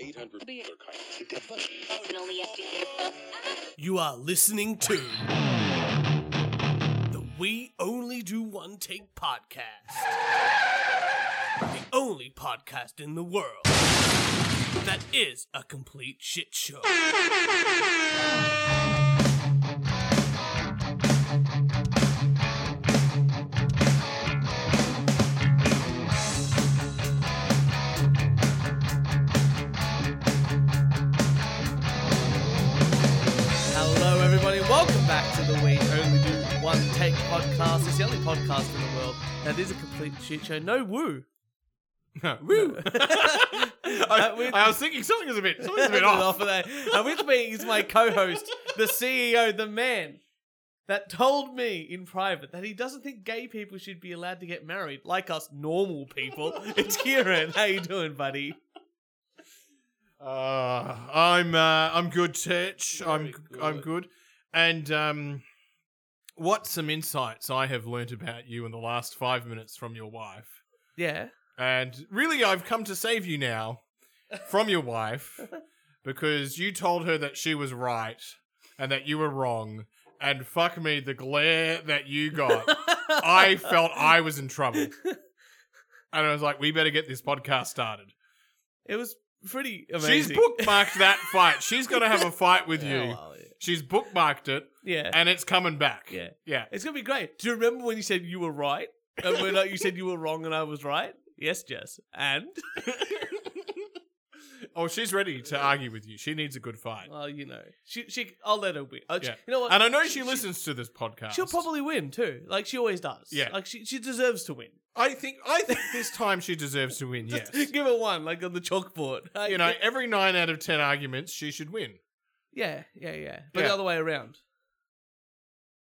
800 other kinds. You are listening to the We Only Do One Take podcast. The only podcast in the world that is a complete shit show. Hello, everybody. Welcome back to the We Only Do One Take podcast. It's the only podcast in the world that is a complete shit show. No woo. No. Woo. I, Uh, with- I was thinking something was a bit, something was a Bit bit off off. of that. And with me is my co-host, the CEO, the man that told me in private that he doesn't think gay people should be allowed to get married like us normal people. It's Kieran. How you doing, buddy? Uh, I'm uh, I'm good, Titch. I'm Very I'm good. And um, what some insights I have learnt about you in the last five minutes from your wife. Yeah. And really, I've come to save you now from your wife because you told her that she was right and that you were wrong. And fuck me, the glare that you got. I felt I was in trouble. And I was like, we better get this podcast started. It was pretty amazing. She's bookmarked that fight. She's going to have a fight with Yeah, you. well, She's bookmarked it, yeah. and it's coming back. Yeah. Yeah. It's gonna be great. Do you remember when you said you were right? And when uh, you said you were wrong and I was right? Yes, Jess. And Oh, she's ready to argue with you. She needs a good fight. well, you know, she she. I'll let her win. Uh, she- Yeah. You know what? And I know she listens to this podcast. She'll probably win too. Like she always does. Yeah. Like she she deserves to win. I think. I think this time she deserves to win. Yes. Just give her one, like on the chalkboard. Like, You know, every nine out of ten arguments, she should win. Yeah, yeah, yeah. But Yeah. the other way around.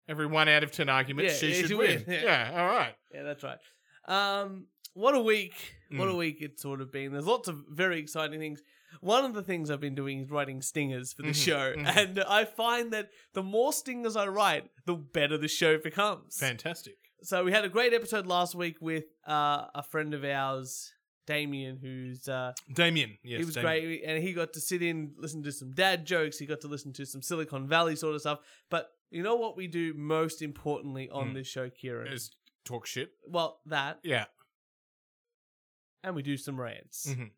Every one out of ten arguments, Yeah, she yeah, should she win. win. Yeah. Yeah. All right. Yeah, that's right. Um, what a week! What a Mm. week it's sort of been. There's lots of very exciting things. One of the things I've been doing is writing stingers for the Mhm, show, mhm. and I find that the more stingers I write, the better the show becomes. Fantastic. So we had a great episode last week with uh, a friend of ours, Damien, who's uh, Damien. Yes. he was Damien. great, and he got to sit in, listen to some dad jokes. He got to listen to some Silicon Valley sort of stuff. But you know what we do most importantly on Mm. this show, Kieran? Is talk shit. well, that Yeah. and we do some rants. Mhm.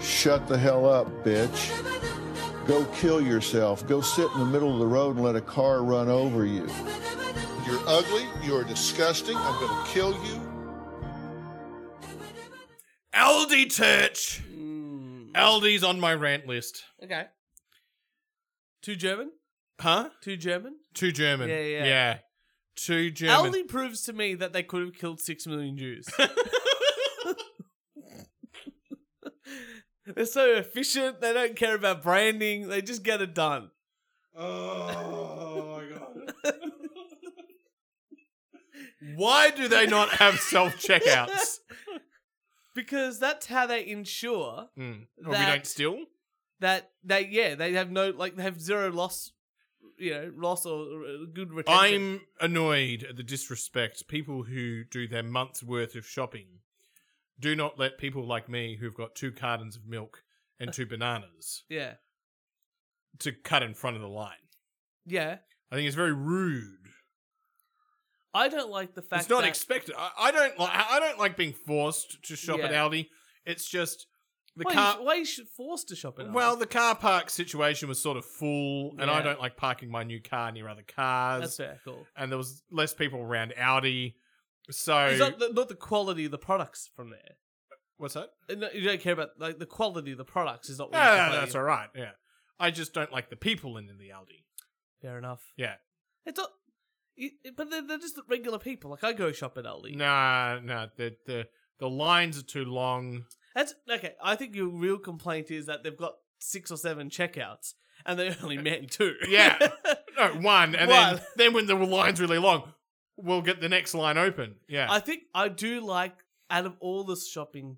Shut the hell up, bitch. Go kill yourself. Go sit in the middle of the road and let a car run over you. You're ugly. You're disgusting. I'm going to kill you. Aldi Church. Mm. Aldi's on my rant list. Okay. Too German? Huh? Too German? Too German. Yeah, yeah. Yeah. Too German. Aldi proves to me that they could have killed six million Jews. They're so efficient. They don't care about branding. They just get it done. Oh my god. Why do they not have self checkouts? Because that's how they ensure Mm. Or we That- don't steal? that they, yeah, they have no, like, they have zero loss, you know, loss or uh, good retention. I'm annoyed at the disrespect people who do their month's worth of shopping do not let people like me who've got two cartons of milk and two bananas Yeah. to cut in front of the line. Yeah. I think it's very rude. I don't like the fact it's not that expected. I, I don't like. I don't like being forced to shop at Yeah. Aldi. It's just the why, car. you, why you should forced to shop in well, the car park situation was sort of full, and I uh, Yeah. don't like parking my new car near other cars. That's fair. Cool. And there was less people around Audi, so It's not the, not the quality of the products from there. what's that? Uh, no, you don't care about like the quality of the products is not. What Yeah, you're that's all complaining right. Yeah, I just don't like the people in the Aldi. about. Fair enough. Yeah, It's not. you- But they're, they're just regular people. Like I go shop at Aldi. nah, nah. The the the lines are too long. That's okay. I think your real complaint is that they've got six or seven checkouts and they only met in two. Yeah. No, one, and then One. then when the line's really long, we'll get the next line open. Yeah. I think I do like out of all the shopping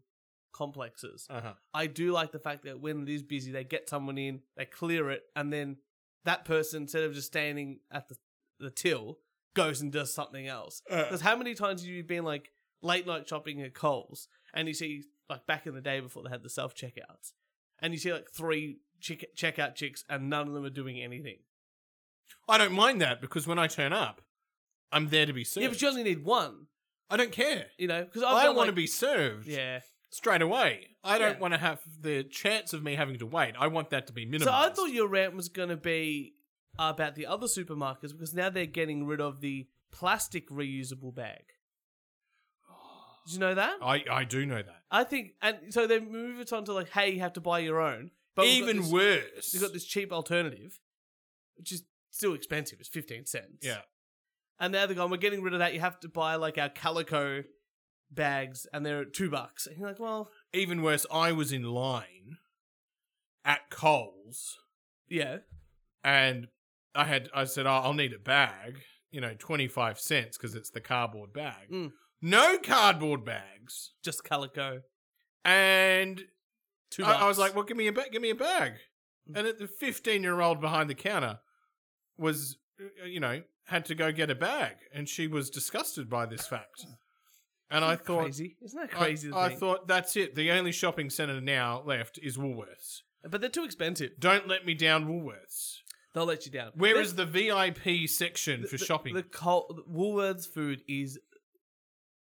complexes, Uh huh. I do like the fact that when it is busy, they get someone in, they clear it, and then that person, instead of just standing at the, the till, goes and does something else. Uh. Because how many times have you been like, late night shopping at Coles, and you see like back in the day before they had the self checkouts, and you see like three chick- checkout chicks, and none of them are doing anything. I don't mind that because when I turn up, I'm there to be served. Yeah, but you only need one, I don't care. you know, because I want to be served Yeah. straight away. I don't Yeah. want to have the chance of me having to wait. I want that to be minimized. So I thought your rant was going to be about the other supermarkets because now they're getting rid of the plastic reusable bag. Did you know that? I, I do know that. I think, and so they move it on to like, hey, you have to buy your own. But we've got Even this- worse. You've got this cheap alternative, which is still expensive. It's 15 cents. yeah. And now they're going, we're getting rid of that. You have to buy like our calico bags and they're two bucks. And you're like, well, Even worse, I was in line at Coles yeah. and I had I said, oh, I'll need a bag, you know, 25 cents because it's the cardboard bag. Mm. No cardboard bags. Just calico. And Two bucks. I, I was like, "Well, give me a bag, give me a bag." And it- the fifteen-year-old behind the counter was, uh, you know, had to go get a bag, and she was disgusted by this fact. And I thought, crazy. Isn't that I- crazy? to I, think? thought that's it. The only shopping center now left is Woolworths. But they're too expensive. Don't let me down, Woolworths. They'll let you down. Where They're- is the VIP section for the- shopping? The Col- Woolworths food is,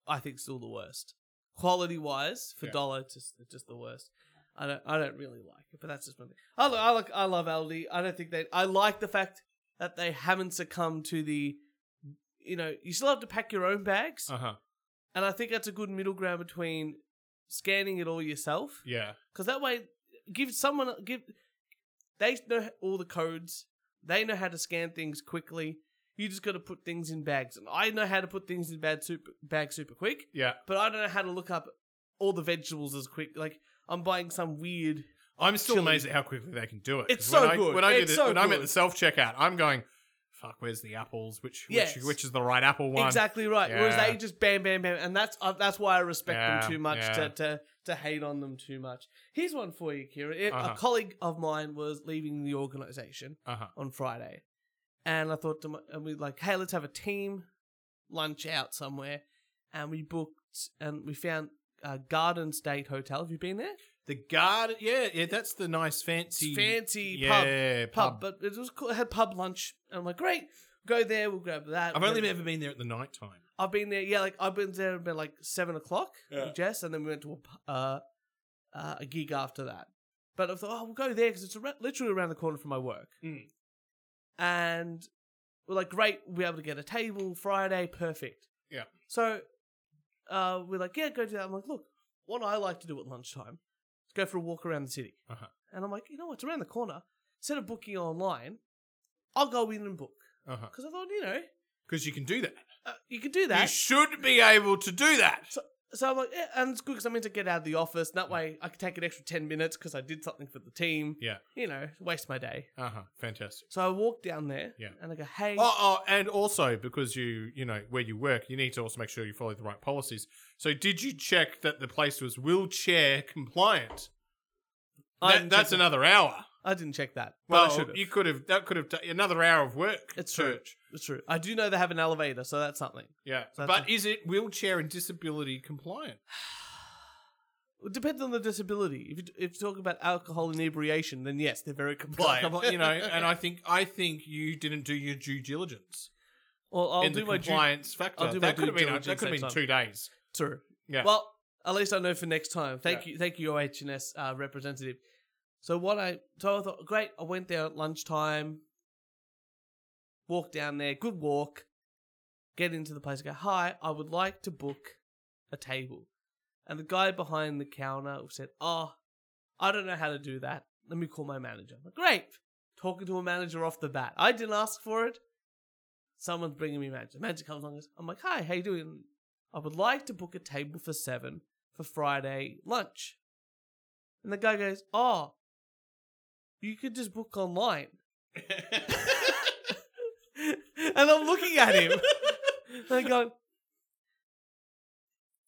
I think, still the worst. Quality wise, for Yeah. dollar, just just the worst. I don't, I don't really like it, but that's just one thing. I look, I look, I love Aldi. I don't think they. I like the fact that they haven't succumbed to the, you know, you still have to pack your own bags, uh huh. and I think that's a good middle ground between scanning it all yourself, Yeah. because that way, give someone give they know all the codes. They know how to scan things quickly. You just got to put things in bags, and I know how to put things in bag super bag super quick. Yeah. But I don't know how to look up all the vegetables as quick. Like I'm buying some weird. I'm still Chili. amazed at how quickly they can do it. It's so 'Cause when I, good. When, I do It's the- so when I'm at good. the self checkout, I'm going, fuck, where's the apples? Which which, Yes. which is the right apple one? Exactly right. Whereas Yeah. they just bam bam bam, and that's uh, that's why I respect Yeah, them too much yeah. to, to to hate on them too much. Here's one for you, Kieran. It- Uh-huh. A colleague of mine was leaving the organisation, Uh-huh. on Friday, and I thought to my, and we like, hey, let's have a team lunch out somewhere, and we booked and we found uh, Garden State Hotel. Have you been there? The garden, yeah, yeah, that's the nice It's fancy, fancy yeah, pub, pub, but it was cool. It had pub lunch, and I'm like, great, go there. We'll grab that. I've We'll only get- ever been there at the night time. I've been there. Yeah, like I've been there about like seven o'clock, with Jess, and then we went to a pu- uh, uh, a gig after that. But I thought, oh, we'll go there because it's ar- literally around the corner from my work. Mm. And we're like, great, we'll be able to get a table Friday, perfect. Yeah. So uh, we're like, yeah, go do that. I'm like, look, what I like to do at lunchtime is go for a walk around the city. Uh-huh. And I'm like, you know what? It's around the corner. Instead of booking online, I'll go in and book Because because I thought, you know, you can do that. uh, you can Uh-huh. do You that. should be able to do that. So I'm like, yeah, and it's good because I'm meant to get out of the office. And that way I can take an extra 10 minutes because I did something for the team. Yeah. You know, waste my day. Uh huh. Fantastic. So I walk down there Yeah. and I go, hey, Oh, oh, and also because you, you know, where you work, you need to also make sure you follow the right policies. So, did you check that the place was wheelchair compliant? I That- didn't that's check another hour. that. I didn't check that. Well, I Well, should have. you could have. That could have ta- another hour of work. It's to- true. It's true. I do know they have an elevator, so that's something. Yeah, So that's but is it wheelchair and disability compliant? It depends on the disability. If you, if you talk about alcohol inebriation, then yes, they're very compliant. Compli- you know, and I think I think you didn't do your due diligence well, I'll in do the my due- compliance factor. I'll do my that could due have been that diligence could have been next two days. True. Yeah. Well, at least I know for next time. Thank you, thank you, OHS uh, representative. So what I so I thought, great. I went there at lunchtime. Walked down there, good walk. Get into the place. I go, hi. I would like to book a table. And the guy behind the counter said, oh, I don't know how to do that. Let me call my manager. I'm like, great. Talking to a manager off the bat. I didn't ask for it. Someone's bringing me manager. Manager comes along. and goes, I'm like, hi, how you doing? I would like to book a table for seven for Friday lunch. And the guy goes, Oh, you could just book online. and I'm looking at him. and I go,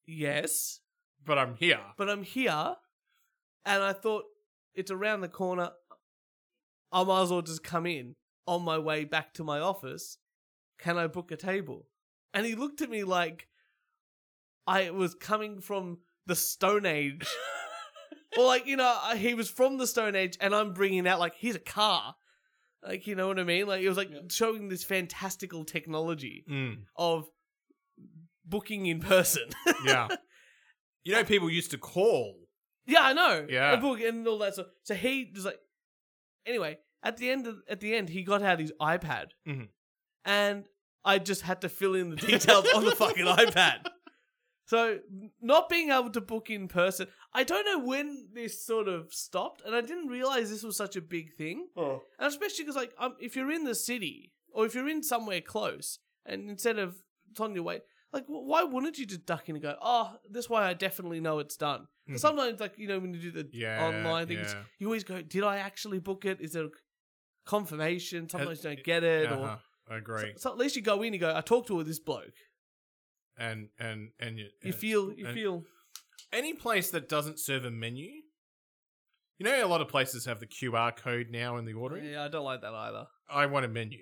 Yes, But I'm here. but I'm here. And I thought it's around the corner. I might as well just come in on my way back to my office. Can I book a table? And he looked at me like, I was coming from the Stone Age. or like, you know, I- he was from the Stone Age and I'm bringing out like, here's a car. Like, you know what I mean? Like, it was like Yeah. showing this fantastical technology Mm, of booking in person. yeah. you know, people used to call. Yeah, I know. Yeah. a book and all that stuff. So he was like, anyway, at the end, of, at the end, he got out his iPad, Mhm. and I just had to fill in the details on the fucking iPad. So not being able to book in person, I don't know when this sort of stopped, and I didn't realize this was such a big thing, and especially because like um, if you're in the city or if you're in somewhere close, and instead of it's on your way, like wh- why wouldn't you just duck in and go, oh, this way I definitely know it's done. Mhm. Sometimes, like you know, when you do the Yeah, online things, yeah. you always go, "Did I actually book it? Is there a confirmation?" Sometimes you uh, don't get it, Uh-huh. or I so, agree. so at least you go in and go, "I talked to this bloke." and and and you, You and- feel, you and- feel, any place that doesn't serve a menu. You know, a lot of places have the QR code now in the ordering. yeah, I don't like that either. I want a menu.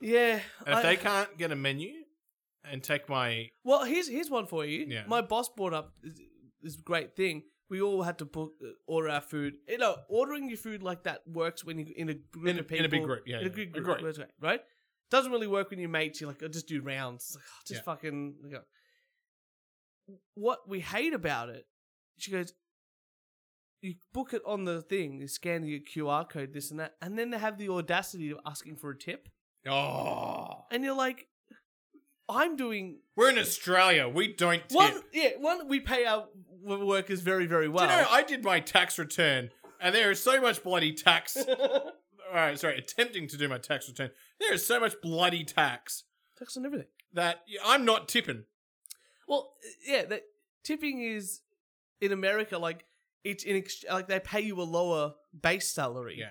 Yeah, And if I- they can't get a menu and take my well, here's here's one for you. Yeah. My boss brought up this, this great thing. We all had to book uh, order our food. You know, ordering your food like that works when you're in a group in a, of people. in a big group, yeah, in a yeah. good group, Agree. that's right, right? Doesn't really work when your mates. You're like, I just do rounds. It's like, oh, just Yeah. fucking. you know. What we hate about it, she goes. You book it on the thing. You scan your QR code, this and that, and then they have the audacity of asking for a tip, Oh, and you're like, I'm doing we're in Australia. We don't tip. one. Yeah, one. We pay our w- workers very, very Do well. you know, I did my tax return, and there is so much bloody tax. All right, sorry, attempting to do my tax return. There is so much bloody tax Tax and everything. that I'm not tipping. Well, yeah, that tipping is in America like it's in ex- like they pay you a lower base salary,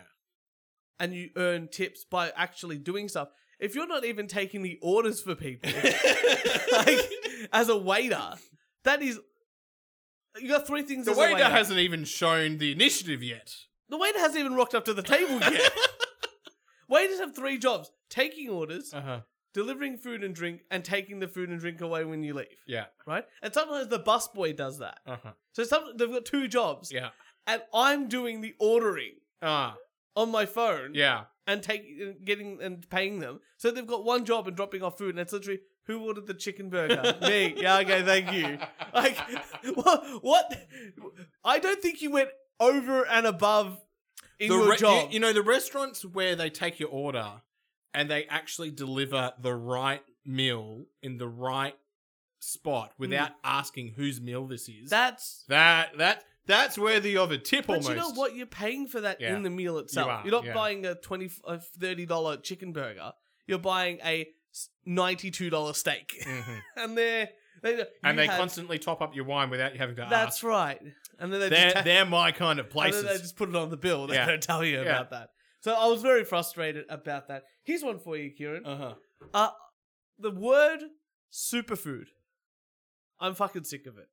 and you earn tips by actually doing stuff. If you're not even taking the orders for people, like as a waiter, that is you got three things. The as a waiter waiter hasn't even shown the initiative yet. the waiter hasn't even rocked up to the table yet. Waiters have three jobs: taking orders, Uh huh. delivering food and drink, and taking the food and drink away when you leave. Yeah. Right, and sometimes the busboy does that. Uh huh. So some they've got two jobs, Yeah. and I'm doing the ordering Ah. on my phone, yeah. and taking, getting, and paying them. So they've got one job and dropping off food, and it's literally who ordered the chicken burger? Me. Yeah. Okay. Thank you. Like, what? What? I don't think you went over and above in the your re- job. You, you know the restaurants where they take your order and they actually deliver the right meal in the right spot Hmm. without asking whose meal this is. that's. that that that's worthy of a tip But almost. you know what? You're paying for that Yeah. in the meal itself. are, You're not yeah. buying a twenty, a thirty dollar chicken burger. You're buying a ninety two dollar steak, Mhm. and they're they you And they had- constantly top up your wine without you having to That's ask. right. And then they They're just ta- they're my kind of and then places. they just put it on the bill. They Yeah. don't tell you about that. So I was very frustrated about that. Here's one for you, Kieran. uh-huh. Uh, the word superfood. I'm fucking sick of it.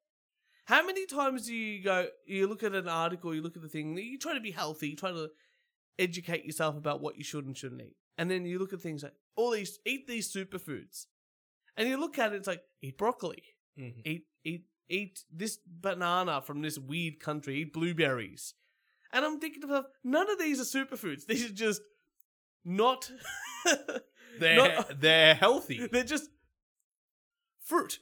How many times do you go? You look at an article, you look at the thing. You try to be healthy. You try to educate yourself about what you should and shouldn't eat. And then you look at things like all these eat these superfoods, and you look at it. It's like eat broccoli Mhm. eat eat eat this banana from this weird country, eat blueberries. And I'm thinking to myself, none of these are superfoods. These are just not They're not- they're healthy. they're just fruit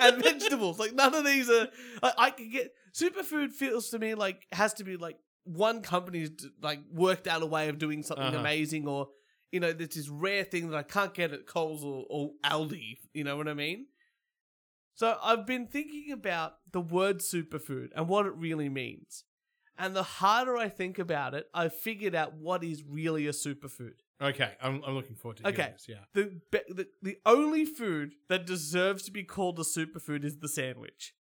and vegetables. Like none of these are I, I can get superfood feels to me like has to be like one company's d- like worked out a way of doing something Uh-huh. amazing or you know, there's this rare thing that I can't get at Coles or, or Aldi, you know what I mean? So I've been thinking about the word superfood and what it really means. And the harder I think about it, I've figured out what is really a superfood Okay, I'm I'm looking forward to hearing Okay. this. Yeah. the, be- the the only food that deserves to be called a superfood is the sandwich.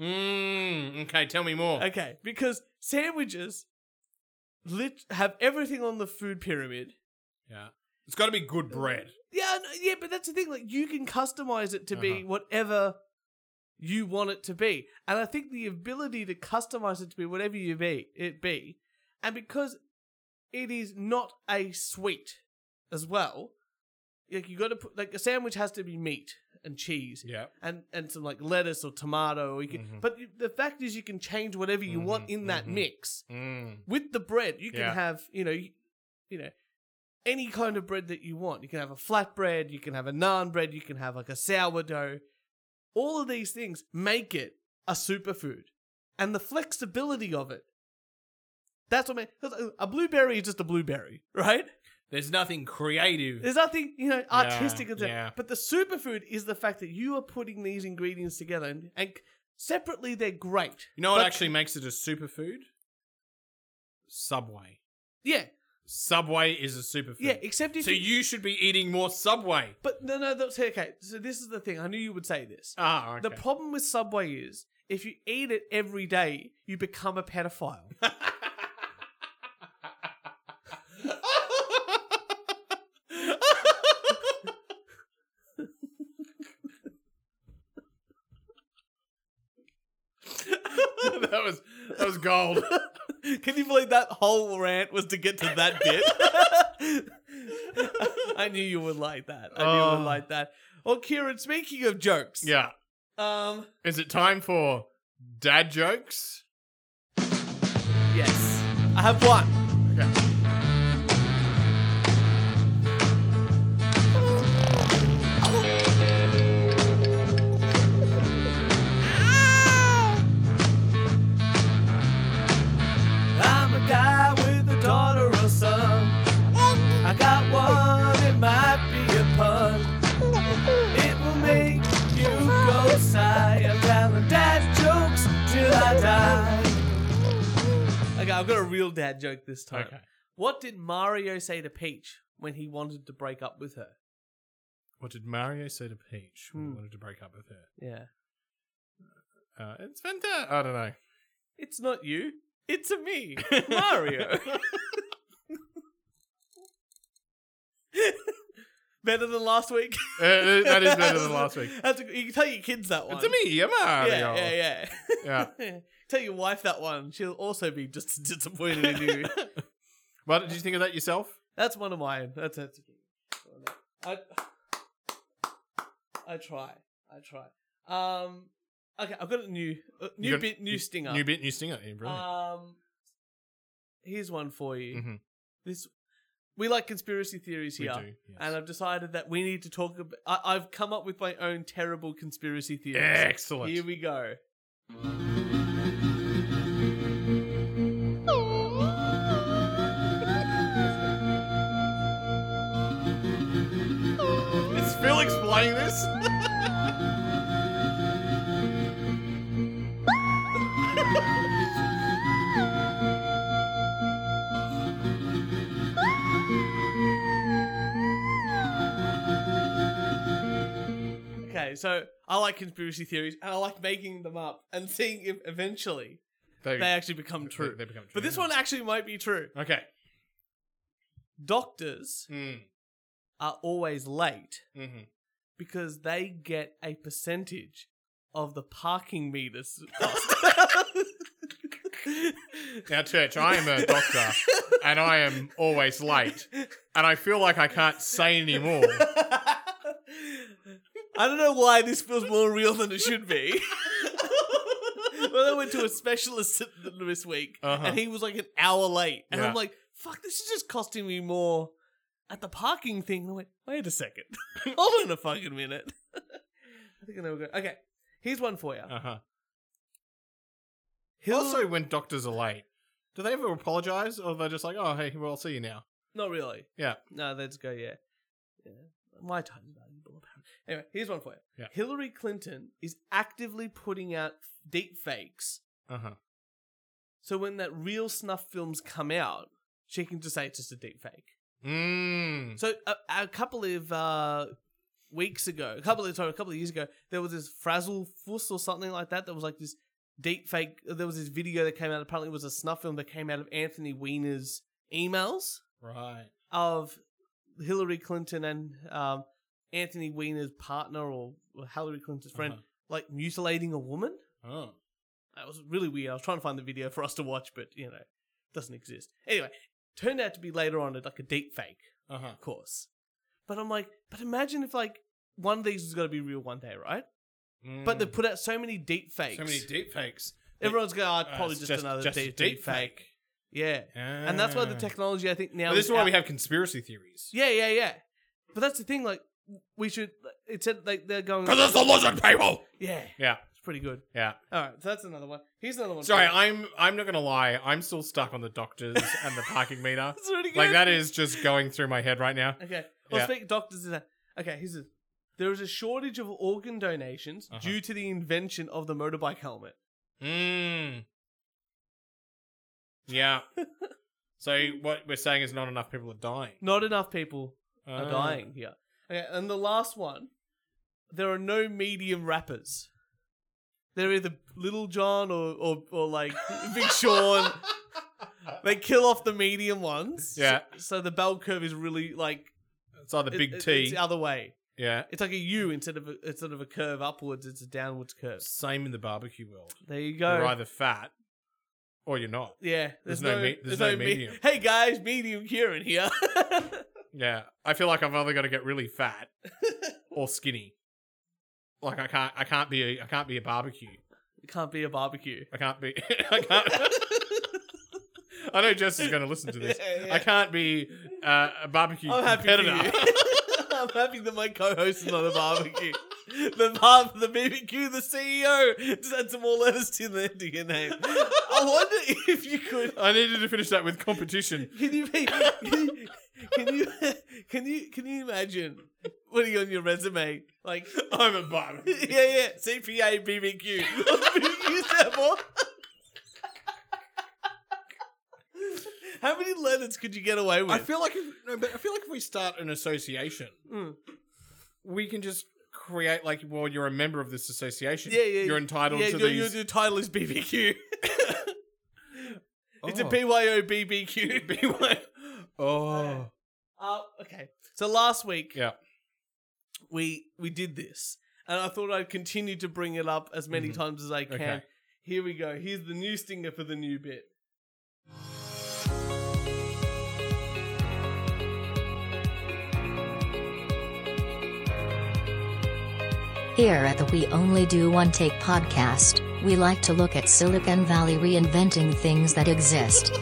Mm, okay, tell me more. Okay, because sandwiches lit- have everything on the food pyramid. Yeah. It's got to be good bread. Yeah, no, yeah, but that's the thing. Like you can customize it to be whatever you want it to be, and I think the ability to customize it to be whatever you be it be, and because it is not a sweet as well. Like you got to put like a sandwich has to be meat and cheese Yeah. and and some like lettuce or tomato. Or you can, Mhm. but you- the fact is, you can change whatever you want Mhm, in that mhm. mix Mm. with the bread. You can Yeah. have you know, you, you know, any kind of bread that you want. You can have a flatbread. You can have a naan bread. You can have like a sourdough. All of these things make it a superfood, and the flexibility of it. That's what man. A blueberry is just a blueberry, right? There's nothing creative. There's nothing, you know, artistic. Yeah, about it. yeah. But the superfood is the fact that you are putting these ingredients together and, and separately they're great. You know what But- actually makes it a superfood? Subway. Yeah, Subway is a superfood. yeah. Except if Hmm. So you should be eating more Subway. But no, no. That's okay. So this is the thing. I knew you would say this. Ah, okay. The problem with Subway is if you eat it every day, you become a pedophile. that was that was gold. Can you believe that whole rant was to get to that bit? I knew you would like that. I knew you Oh. would like that. Well, Kieran, speaking of jokes, yeah. Um, Is it time for dad jokes? yes, I have one. Okay. I'm a guy with a daughter or son. I got one, it might be a pun. It will make you go sigh. I'm telling dad jokes till I die. Okay, I've got a real dad joke this time. Okay. What did Mario say to Peach when he wanted to break up with her? What did Mario say to Peach when he Hmm. wanted to break up with her? Yeah. Uh, it's fantastic. I don't know. It's not you. It's a me, Mario. better than last week. Uh, that is better than last week. That's a, you can tell your kids that one. It's a me, a Mario. Yeah, yeah, Yeah. yeah. tell your wife that one. She'll also be just as disappointed in you. Well, did you think of that yourself? That's one of mine. That's it. I, I try. I try. Um. Okay, I've got a new uh, new You got- bit, new stinger. New bit, new stinger. Yeah, brilliant. Um, here's one for you. Mhm. This we like conspiracy theories we here, do. yes. and I've decided that we need to talk. About, I, I've come up with my own terrible conspiracy theories. Excellent. Here we go. Is Phil explaining this? Okay, so I like conspiracy theories, and I like making them up and seeing if eventually They, they actually become they- true. They become true. but this yeah. one actually might be true. Okay. Doctors Mm. are always late hmm because they get a percentage of the parking meters. Now, church, I am a doctor, and I am always late, and I feel like I can't say anymore. I don't know why this feels more real than it should be. well, I went to a specialist this week, Uh-huh. and he was like an hour late, and Yeah. I'm like, "Fuck, this is just costing me more." At the parking thing, and I went, "Wait a second, hold on a fucking minute." I think I know we're going. Okay, here's one for you. Uh-huh. Hill- Also, when doctors are late, do they ever apologize, or they're just like, "Oh, hey, well, I'll see you now." Not really. Yeah. No, let's go, yeah. yeah. My time's valuable, apparently. Anyway, here's one for you. Yeah. Hillary Clinton is actively putting out deep fakes. Uh huh. So when that real snuff films come out, she can just say it's just a deep fake. Mm. So a, a couple of uh, weeks ago, a couple of sorry, a couple of years ago, there was this Frazzle Fuss or something like that. That was like this deep fake. There was this video that came out. Apparently, it was a snuff film that came out of Anthony Weiner's emails. Right. of Hillary Clinton and um, Anthony Weiner's partner or or Hillary Clinton's friend Uh-huh. like mutilating a woman. Oh. That was really weird. I was trying to find the video for us to watch, but you know, doesn't exist. Anyway, turned out to be later on like a deep fake, Uh huh. of course. But I'm like, but imagine if like one of these is going to be real one day, right? But they Mm. put out so many deep fakes. so many deep fakes. Everyone's going, oh, Uh, it's probably it's just, another deep, deep fake. deepfake. Yeah. And that's why the technology, I think, now. Ah. But this is why we out- have conspiracy theories. Yeah, yeah, yeah. But that's the thing. Like, we should. It said like they're going. Because it's the lizard people. Yeah, Yeah, it's pretty good. yeah. All right, so that's another one. Here's another one. Sorry, I'm I'm not gonna lie. I'm still stuck on the doctors and the parking meter. that's really good. Like that is just going through my head right now. Okay. Well, Yeah. speak of doctors and that. Okay, here's a. There is a shortage of organ donations Uh-huh. due to the invention of the motorbike helmet. Mm. Yeah. so what we're saying is not enough people are dying. Not enough people are Ah. dying here. Okay, and the last one. There are no medium rappers. They're either Little John or or, or like Big Sean. they kill off the medium ones. Yeah. So, so the bell curve is really like It's either it- big it- T. It's the other way. yeah. It's like a U instead of a, instead of a curve upwards. It's a downwards curve. Same in the barbecue world. There you go. You're either fat or you're not. Yeah, There's no me- there's no me- medium. hey guys, medium Kieran here. Yeah. I feel like I've either got to get really fat or skinny. Like I can't I can't be a, I can't be a barbecue. it can't be a barbecue. I can't be I can't I know Jess is going to listen to this. Yeah, yeah. I can't be uh, a barbecue I'm happy for competitor. you. I'm happy that my co-host is not a barbecue. the bar, the BBQ, the CEO. Just add some more letters to the end of your name. I wonder if you could. I needed to finish that with competition. Can you be? Can you? Can you? Can you, can you imagine putting on your resume like? I'm a barbecue. yeah, yeah. CPA BBQ. BBQ stand for? How many letters could you get away with? I feel like if, no, but I feel like if we start an association, Mm. we can just create like, well, you're a member of this association. Yeah, yeah. You're entitled yeah, to your, these. your, your title is BBQ. It's a Oh. BYO BBQ. BYO. Oh, Uh, okay. So last week, yeah. we we did this, and I thought I'd continue to bring it up as many Mhm. times as I can. Okay. Here we go. Here's the new stinger for the new bit. Here at the We Only Do One Take podcast, we like to look at Silicon Valley reinventing things that exist.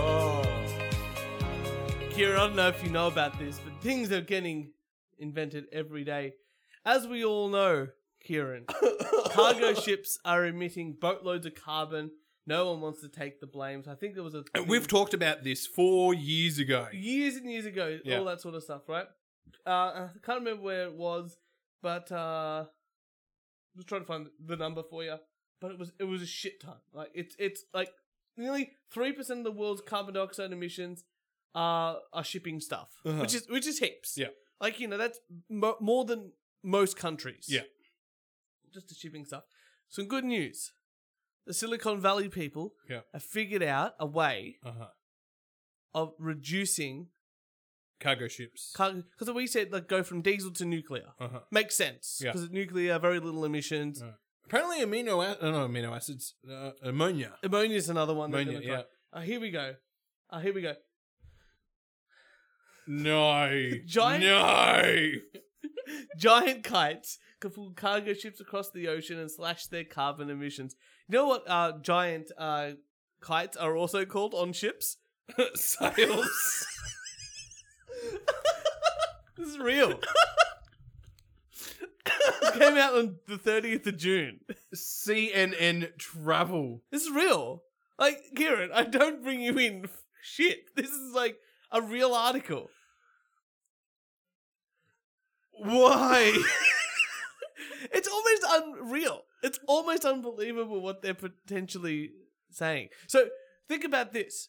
Oh. Kira, I don't know if you know about this, but things are getting invented every day. As we all know, Kieran, cargo ships are emitting boatloads of carbon. No one wants to take the blame. So I think there was a And we've talked about this four years ago. years and years ago, Yeah. all that sort of stuff, right? Uh, I can't remember where it was, but uh, I was trying to find the number for you. But it was it was a shit ton. Like it's it's like nearly three percent of the world's carbon dioxide emissions are are shipping stuff, Uh-huh. which is which is heaps. Yeah. like you know that's mo- more than most countries. Yeah. just the shipping stuff. Some good news. The Silicon Valley people Yeah. have figured out a way Uh-huh. of reducing Cargo ships. because we said like go from diesel to nuclear uh-huh. makes sense Yeah. because nuclear very little emissions. Yeah. Apparently, amino ac- uh, no, amino acids, uh, ammonia. Ammonia is another one. they're Ammonia, gonna try. Uh, here we go. Uh, here we go. No, Giant- No, Giant kites can pull cargo ships across the ocean and slash their carbon emissions. You know what? Uh, giant uh, kites are also called on ships. sails. This is real. This came out on the 30th of June. CNN travel. This is real. Like, Kieran, I don't bring you in f- shit. This is like a real article. Why? It's almost unreal. It's almost unbelievable what they're potentially saying. So think about this.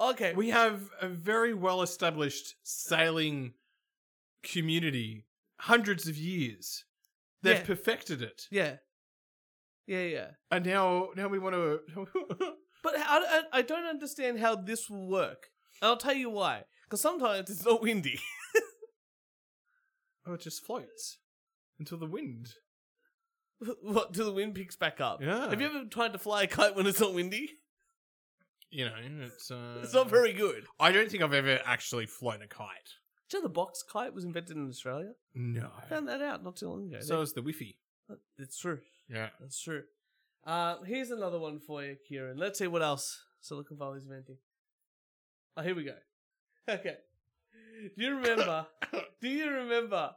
Okay. we have a very well established sailing community, hundreds of years. They've Yeah. perfected it, yeah. Yeah, yeah. and now now we oh, want to. But how- I, I, don't understand how this will work. And I'll tell you why. Because sometimes it's not windy. oh, it just floats until the wind. what, till the wind picks back up. Yeah. Have you ever tried to fly a kite when it's not windy? you know, it's. Uh, It's not very good. I don't think I've ever actually flown a kite. Do you know the box kite was invented in Australia? No. I found that out not too long ago. So is the Wiffy. it's true. Yeah. That's true. Uh, here's another one for you, Kieran. Let's see what else Silicon Valley's inventing. Oh, here we go. Okay. Do you remember? do you remember?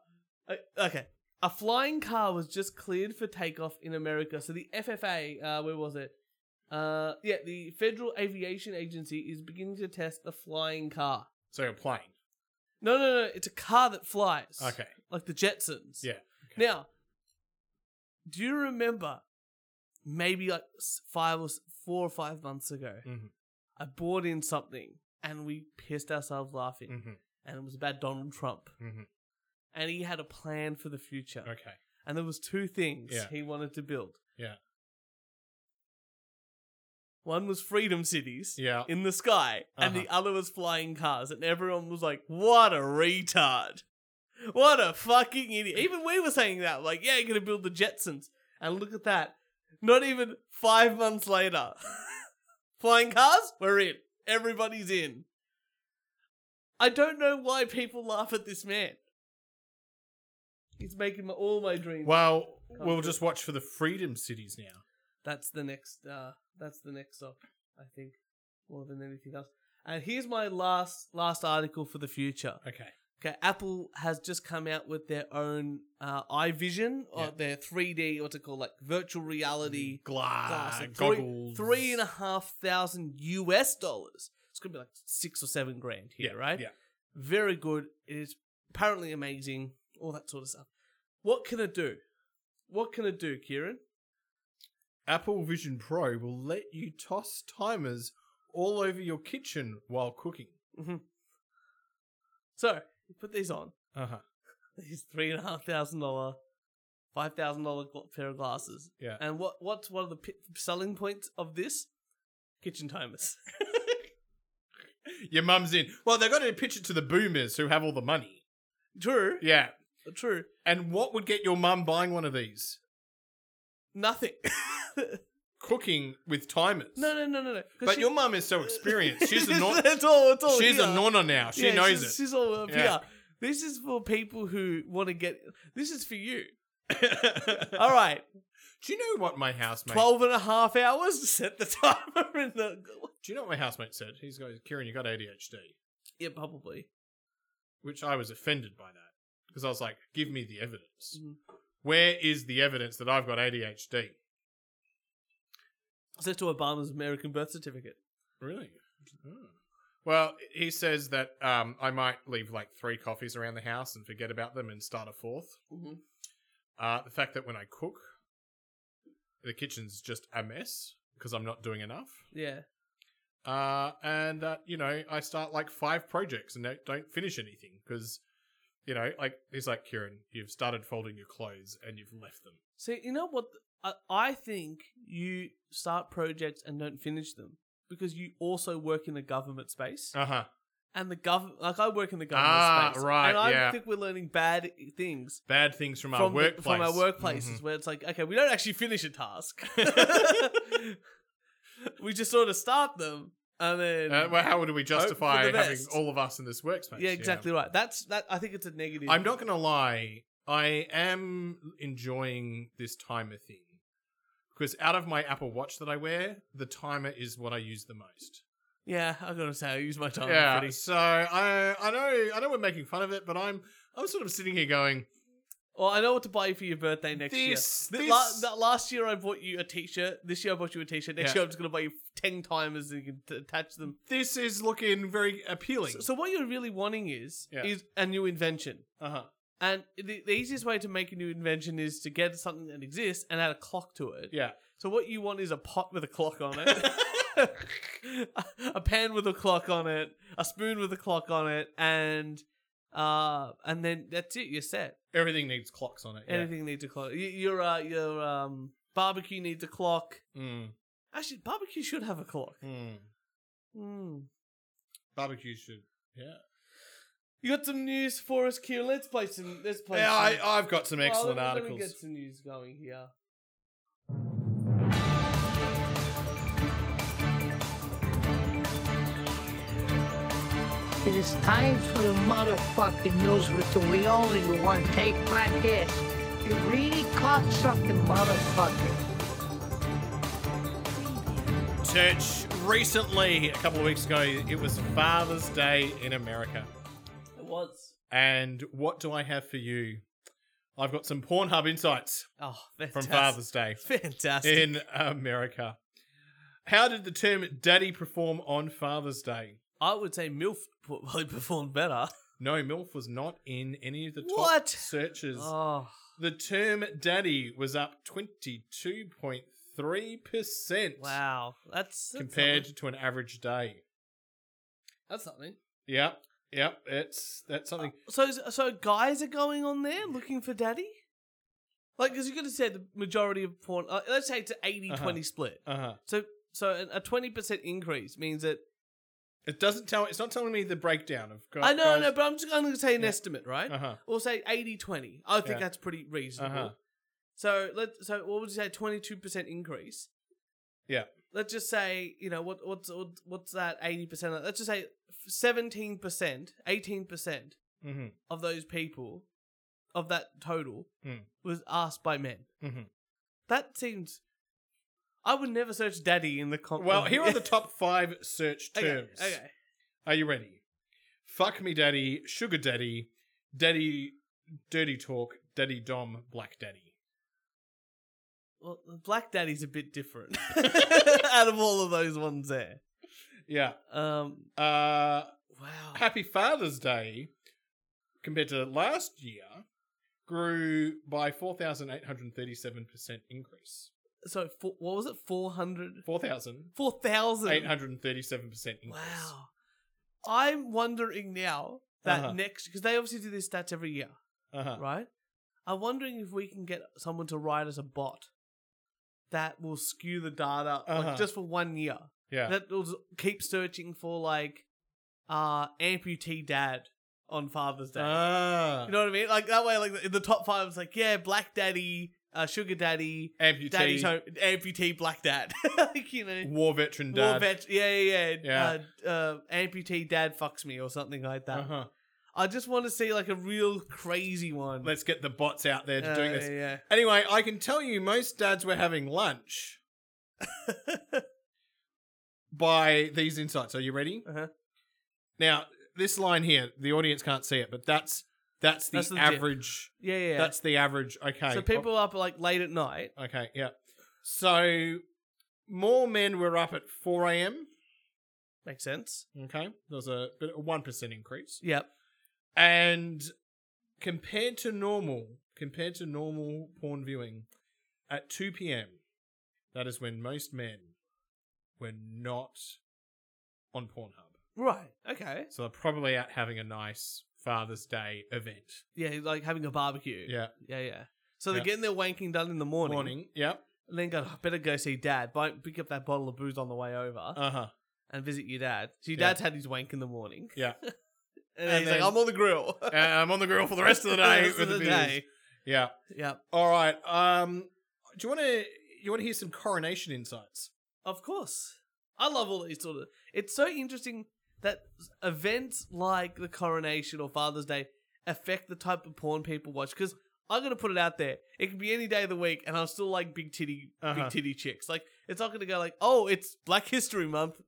Uh, okay. A flying car was just cleared for takeoff in America. So the FFA, uh, where was it? Uh, yeah, the Federal Aviation Agency is beginning to test a flying car. So a plane. No, no, no. It's a car that flies. Okay. Like the Jetsons. Yeah. Now, do you remember maybe like s- five or s- four or five months ago, Mhm. I bought in something and we pissed ourselves laughing, Mm-hmm. and it was about Donald Trump, Mm-hmm. and he had a plan for the future, Okay. and there was two things Yeah. he wanted to build. Yeah. One was freedom cities Yeah. in the sky, and Uh-huh. the other was flying cars, and everyone was like, "What a retard! What a fucking idiot!" Even we were saying that, like, "Yeah, you're gonna build the Jetsons," and look at that. Not even five months later, flying cars, we're in. Everybody's in. I don't know why people laugh at this man. He's making my, all my dreams. Well, we'll just watch for the Freedom Cities now. That's the next. Uh, that's the next up, I think, more than anything else. And here's my last last article for the future. Okay. Okay, Apple has just come out with their own uh, iVision or Yeah. their 3D, what's it called, like virtual reality Glass, glass, and three- Ah, goggles. three and a half thousand US dollars. It's gonna be like six or seven grand Yeah. here, right? Yeah. Very good. It is apparently amazing. All that sort of stuff. What can it do? What can it do, Kieran? Apple Vision Pro will let you toss timers all over your kitchen while cooking. hmm So you put these on. Uh huh. These three and a half thousand dollar, five thousand dollar pair of glasses. Yeah. And what what's one of the p- selling points of this? Kitchen timers. Your mum's in. Well, they've got to pitch it to the boomers who have all the money. true. Yeah. True. And what would get your mum buying one of these? Nothing. Cooking with timers. no, no, no, no, no. 'Cause But she- your mum is so experienced. She's a non- it's all. It's all. she's a here. nonna now. She Yeah, knows she's, it. She's all up Yeah. here. This is for people who want to get. This is for you. All right. Do you know what my housemate? 12 and a half hours. Set the timer in the. Do you know what my housemate said? He's got Kieran. You got ADHD, Yeah, probably. which I was offended by that because I was like, "Give me the evidence. Mhm. Where is the evidence that I've got ADHD?" Set to Obama's American birth certificate. Really? Hmm. Well, he says that um, I might leave like three coffees around the house and forget about them and start a fourth. Mm-hmm. Uh, the fact that when I cook, the kitchen's just a mess because I'm not doing enough. Yeah. Uh, and uh, you know, I start like five projects and don't- don't finish anything because, you know, like he's like Kieran, you've started folding your clothes and you've left them. See, you know what? I, I think you start projects and don't finish them because you also work in a government space. Uh huh. and the government, like I work in the government Ah, space. right, And I yeah. think we're learning bad things Bad things from, the- our workplace. from our workplaces Mhm. where it's like, okay, we don't actually finish a task. we just sort of start them and then. Uh, well, how do we justify the having best. all of us in this workspace? Mm-hmm. yeah, exactly right. That's that. I think it's a negative. I'm not going to lie. I am enjoying this timer thing because out of my Apple Watch that I wear, the timer is what I use the most. Yeah, I gotta say, I use my time. yeah. Pretty. So I I know I know we're making fun of it, but I'm I'm sort of sitting here going, Well, I know what to buy you for your birthday next This- year. Th- la- this- that last year I bought you a T-shirt. This year I bought you a T-shirt. Next Yeah. year I'm just gonna buy you ten timers and you can t- attach them. this is looking very appealing. So, so what you're really wanting is Yeah. is a new invention. uh-huh. And the, the easiest way to make a new invention is to get something that exists and add a clock to it. Yeah. So what you want is a pot with a clock on it, a pan with a clock on it, a spoon with a clock on it, and uh, and then that's it. You're set. Everything needs clocks on it. Yeah. Anything needs a clock. Y- Your uh, your um barbecue needs a clock. Mm, Actually, barbecue should have a clock. mm. Hmm. Barbecue should. Yeah. You got some news for us, Kieran? Let's play some. Let's play. Yeah, some- I, I've got some Well, excellent let me- articles. Let me get some news going here. it's time for the motherfucking news with the We Only One Take podcast. You really caught something, motherfucker. Church, recently, a couple of weeks ago, it was Father's Day in America. It was. And what do I have for you? I've got some Pornhub insights Oh, from fantastic. Father's Day Fantastic. in America. How did the term daddy perform on Father's Day? I would say MILF probably performed better. No, MILF was not in any of the top What? searches. Oh, The term daddy was up 22.3% wow. That's, that's compared something. to an average day. That's something. Yep, yep, it's that's something. So, so guys are going on there looking for daddy? Like, because you're going to say the majority of porn, uh, let's say it's an 80 20 split. Uh huh. So, so an- a 20% increase means that. It doesn't tell. It's not telling me the breakdown of. I know, I know, but I'm just going to say an estimate, right? Uh-huh. Or say 80 20. I think Yeah. that's pretty reasonable. Uh-huh. So, let so what would you say? 22% increase. yeah, let's just say you know what what's what- what's that eighty percent? Let's just say seventeen percent, eighteen percent Mhm. of those people of that total Mm. was asked by men. Mhm. That seems. I would never search "daddy" in the com. Well, here are the top five search okay, terms. okay. Are you ready? Fuck me, daddy. Sugar daddy. Daddy. Dirty talk. Daddy dom. Black daddy. Well, black daddy's a bit different out of all of those ones there. Yeah. Um, Uh, wow. Happy Father's Day compared to last year grew by four thousand eight hundred thirty-seven percent increase. So, four, what was it? Four hundred. Four thousand Four thousand. eight hundred thirty-seven percent increase. Wow. I'm wondering now that Uh-huh. next because they obviously do these stats every year, Uh-huh. right? I'm wondering if we can get someone to write us a bot that will skew the data Uh-huh. like, just for one year. Yeah. That will s- keep searching for like uh amputee dad on Father's Day. Ah. you know what I mean? Like that way, like in the top five, it's like yeah, black daddy, uh, sugar daddy, amputee, daddy, to- amputee, black dad. like you know, war veteran dad. War vet- yeah, yeah, yeah. Yeah. Uh, uh, amputee dad fucks me or something like that. Uh-huh. I just want to see like a real crazy one. Let's get the bots out there to Uh, doing this. Yeah. Anyway, I can tell you most dads were having lunch by these insights. Are you ready? Uh-huh. Now, this line here, the audience can't see it, but that's that's the That's the dip. average. Yeah, yeah. yeah. That's the average. Okay. so people up like late at night. Okay, yeah. So more men were up at 4 a.m. Makes sense. Okay, there's a bit a one percent increase, Yep. and compared to normal, compared to normal porn viewing, at 2 p.m., that is when most men were not on Pornhub, Right. Okay. so they're probably out having a nice Father's Day event. Yeah, he's, like having a barbecue. Yeah, Yeah, yeah. So they're Yeah. getting their wanking done in the morning. morning. Yep. And then go, "Oh, better go see dad. Buy, pick up that bottle of booze on the way over Uh huh. and visit your dad. So your Yeah. dad's had his wank in the morning. Yeah. And, And he's then- like, I'm on the grill. Uh, I'm on the grill for the rest of the day. Rest of with the the beers. day. Yeah. Yep. All right. Um, do you want to you want to hear some coronation insights? Of course. I love all these sort of. It's so interesting that events like the coronation or Father's Day affect the type of porn people watch. Because I'm going to put it out there. It can be any day of the week, and I'm still like big titty, Uh-huh. big titty chicks. Like, it's not going to go like, oh, it's Black History Month.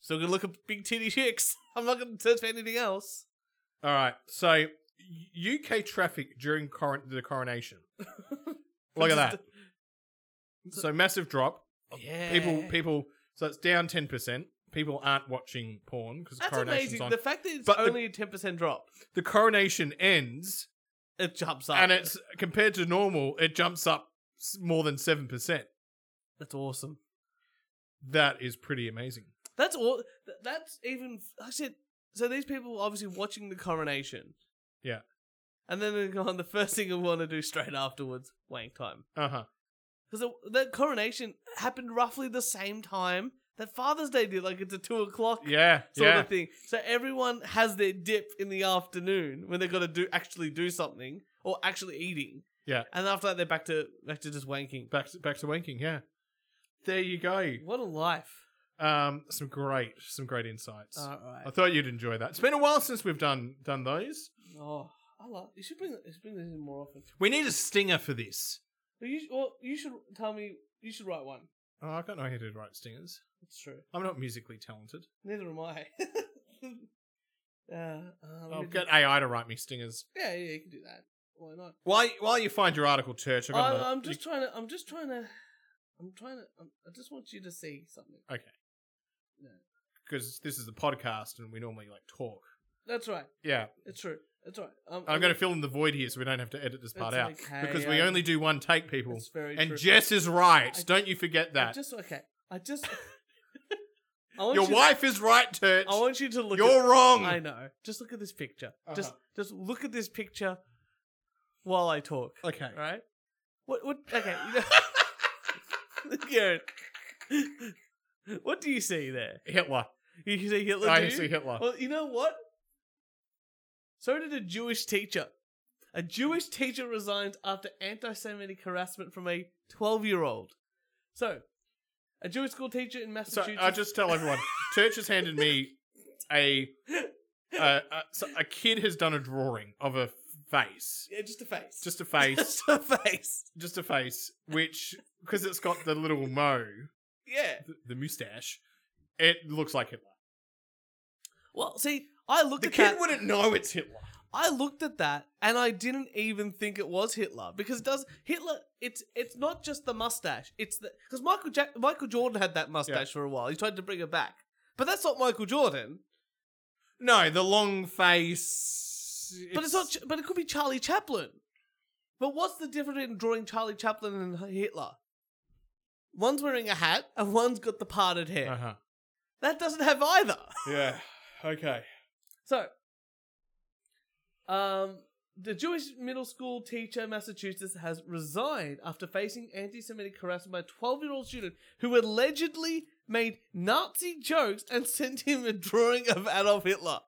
Still going to look at big titty chicks. I'm not going to search for anything else. All right. So UK traffic during coron- the coronation. Look at that. So massive drop. Yeah. People people. So it's down ten percent. People aren't watching porn because That's coronation's amazing. on. The fact that it's But the- only a 10% drop, the coronation ends, it jumps up. and it's compared to normal, it jumps up s- more than seven percent. That's awesome. That is pretty amazing. That's all. th- That's even. I said. So these people were obviously watching the coronation, Yeah. and then they go on. The first thing you want to do straight afterwards, wank time, Uh huh. because the, the coronation happened roughly the same time that Father's Day did. Like it's a two o'clock Yeah. sort yeah. of thing. So everyone has their dip in the afternoon when they've got to do actually do something or actually eating. Yeah. and after that they're back to back to just wanking. Back to, back to wanking. Yeah. There you go. What a life! Um, some great, some great insights. All right. I thought you'd enjoy that. It's been a while since we've done done those. Oh, I love. You should bring. You should bring this in more often. We need a stinger for this. But you, well, you should tell me. You should write one. Oh, I got no idea how to write stingers. That's true. I'm not musically talented. Neither am I. uh, uh, let I'll me get think. AI to write me stingers. Yeah, yeah, you can do that. Why not? While while you find your article, Church, I've got I'm, another- I'm just trying to. I'm just trying to. I'm trying to. I'm, I just want you to see something. okay No. because this is the podcast and we normally like talk. That's right. Yeah, It's true. That's right. Um, I'm going to fill in the void here so we don't have to edit this part out That's okay, because we um, only do one take, people. that's very And true. Jess is right. I- don't you forget I that. just okay. I just. I want Your you to- wife is right, Church. I want you to look. You're at, wrong. I know. Just look at this picture. Just Uh-huh. just look at this picture while I talk. Okay. All right. What what? Okay. Garrett, what do you see there? Hitler. You see Hitler? I do you? see Hitler. Well, you know what? So did a Jewish teacher. A Jewish teacher resigned after anti-Semitic harassment from a 12-year-old. So, a Jewish school teacher in So Massachusetts. I just tell everyone, Church has handed me a a, a, so a kid has done a drawing of a face, yeah, just a face. just a face, Just a face. just a face, which because it's got the little mo, Yeah. the, the mustache, it looks like Hitler. Well, see, I looked The at kid that. wouldn't know it's Hitler. I looked at that and I didn't even think it was Hitler because it does Hitler? It's it's not just the mustache. It's the because Michael Jack, Michael Jordan had that mustache for a while. He tried to bring it back, but that's not Michael Jordan. No, the long face. but it's not. Ch- But it could be Charlie Chaplin. But what's the difference in drawing Charlie Chaplin and Hitler? One's wearing a hat and one's got the parted hair. Uh huh. That doesn't have either. Yeah. Okay. So, um, the Jewish middle school teacher in Massachusetts has resigned after facing anti Semitic harassment by a 12 year old student who allegedly made Nazi jokes and sent him a drawing of Adolf Hitler.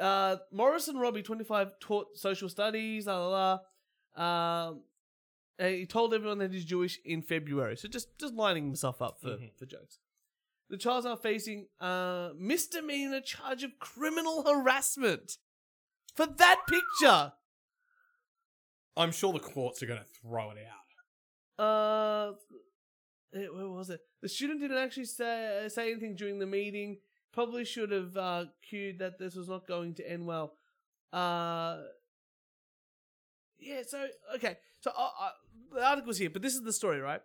Uh, Morrison Robbie, 25, taught social studies, la la la. Um, and he told everyone that he's Jewish in February. So just, just lining himself up for, Mhm. for jokes. The child's now facing a misdemeanor charge of criminal harassment for that picture. I'm sure the courts are going to throw it out. Uh, eh, where was it? The student didn't actually say uh, say anything during the meeting. Probably should have uh, cued that this was not going to end well. Uh, yeah. So okay. So uh, uh, the article's here, but this is the story, right?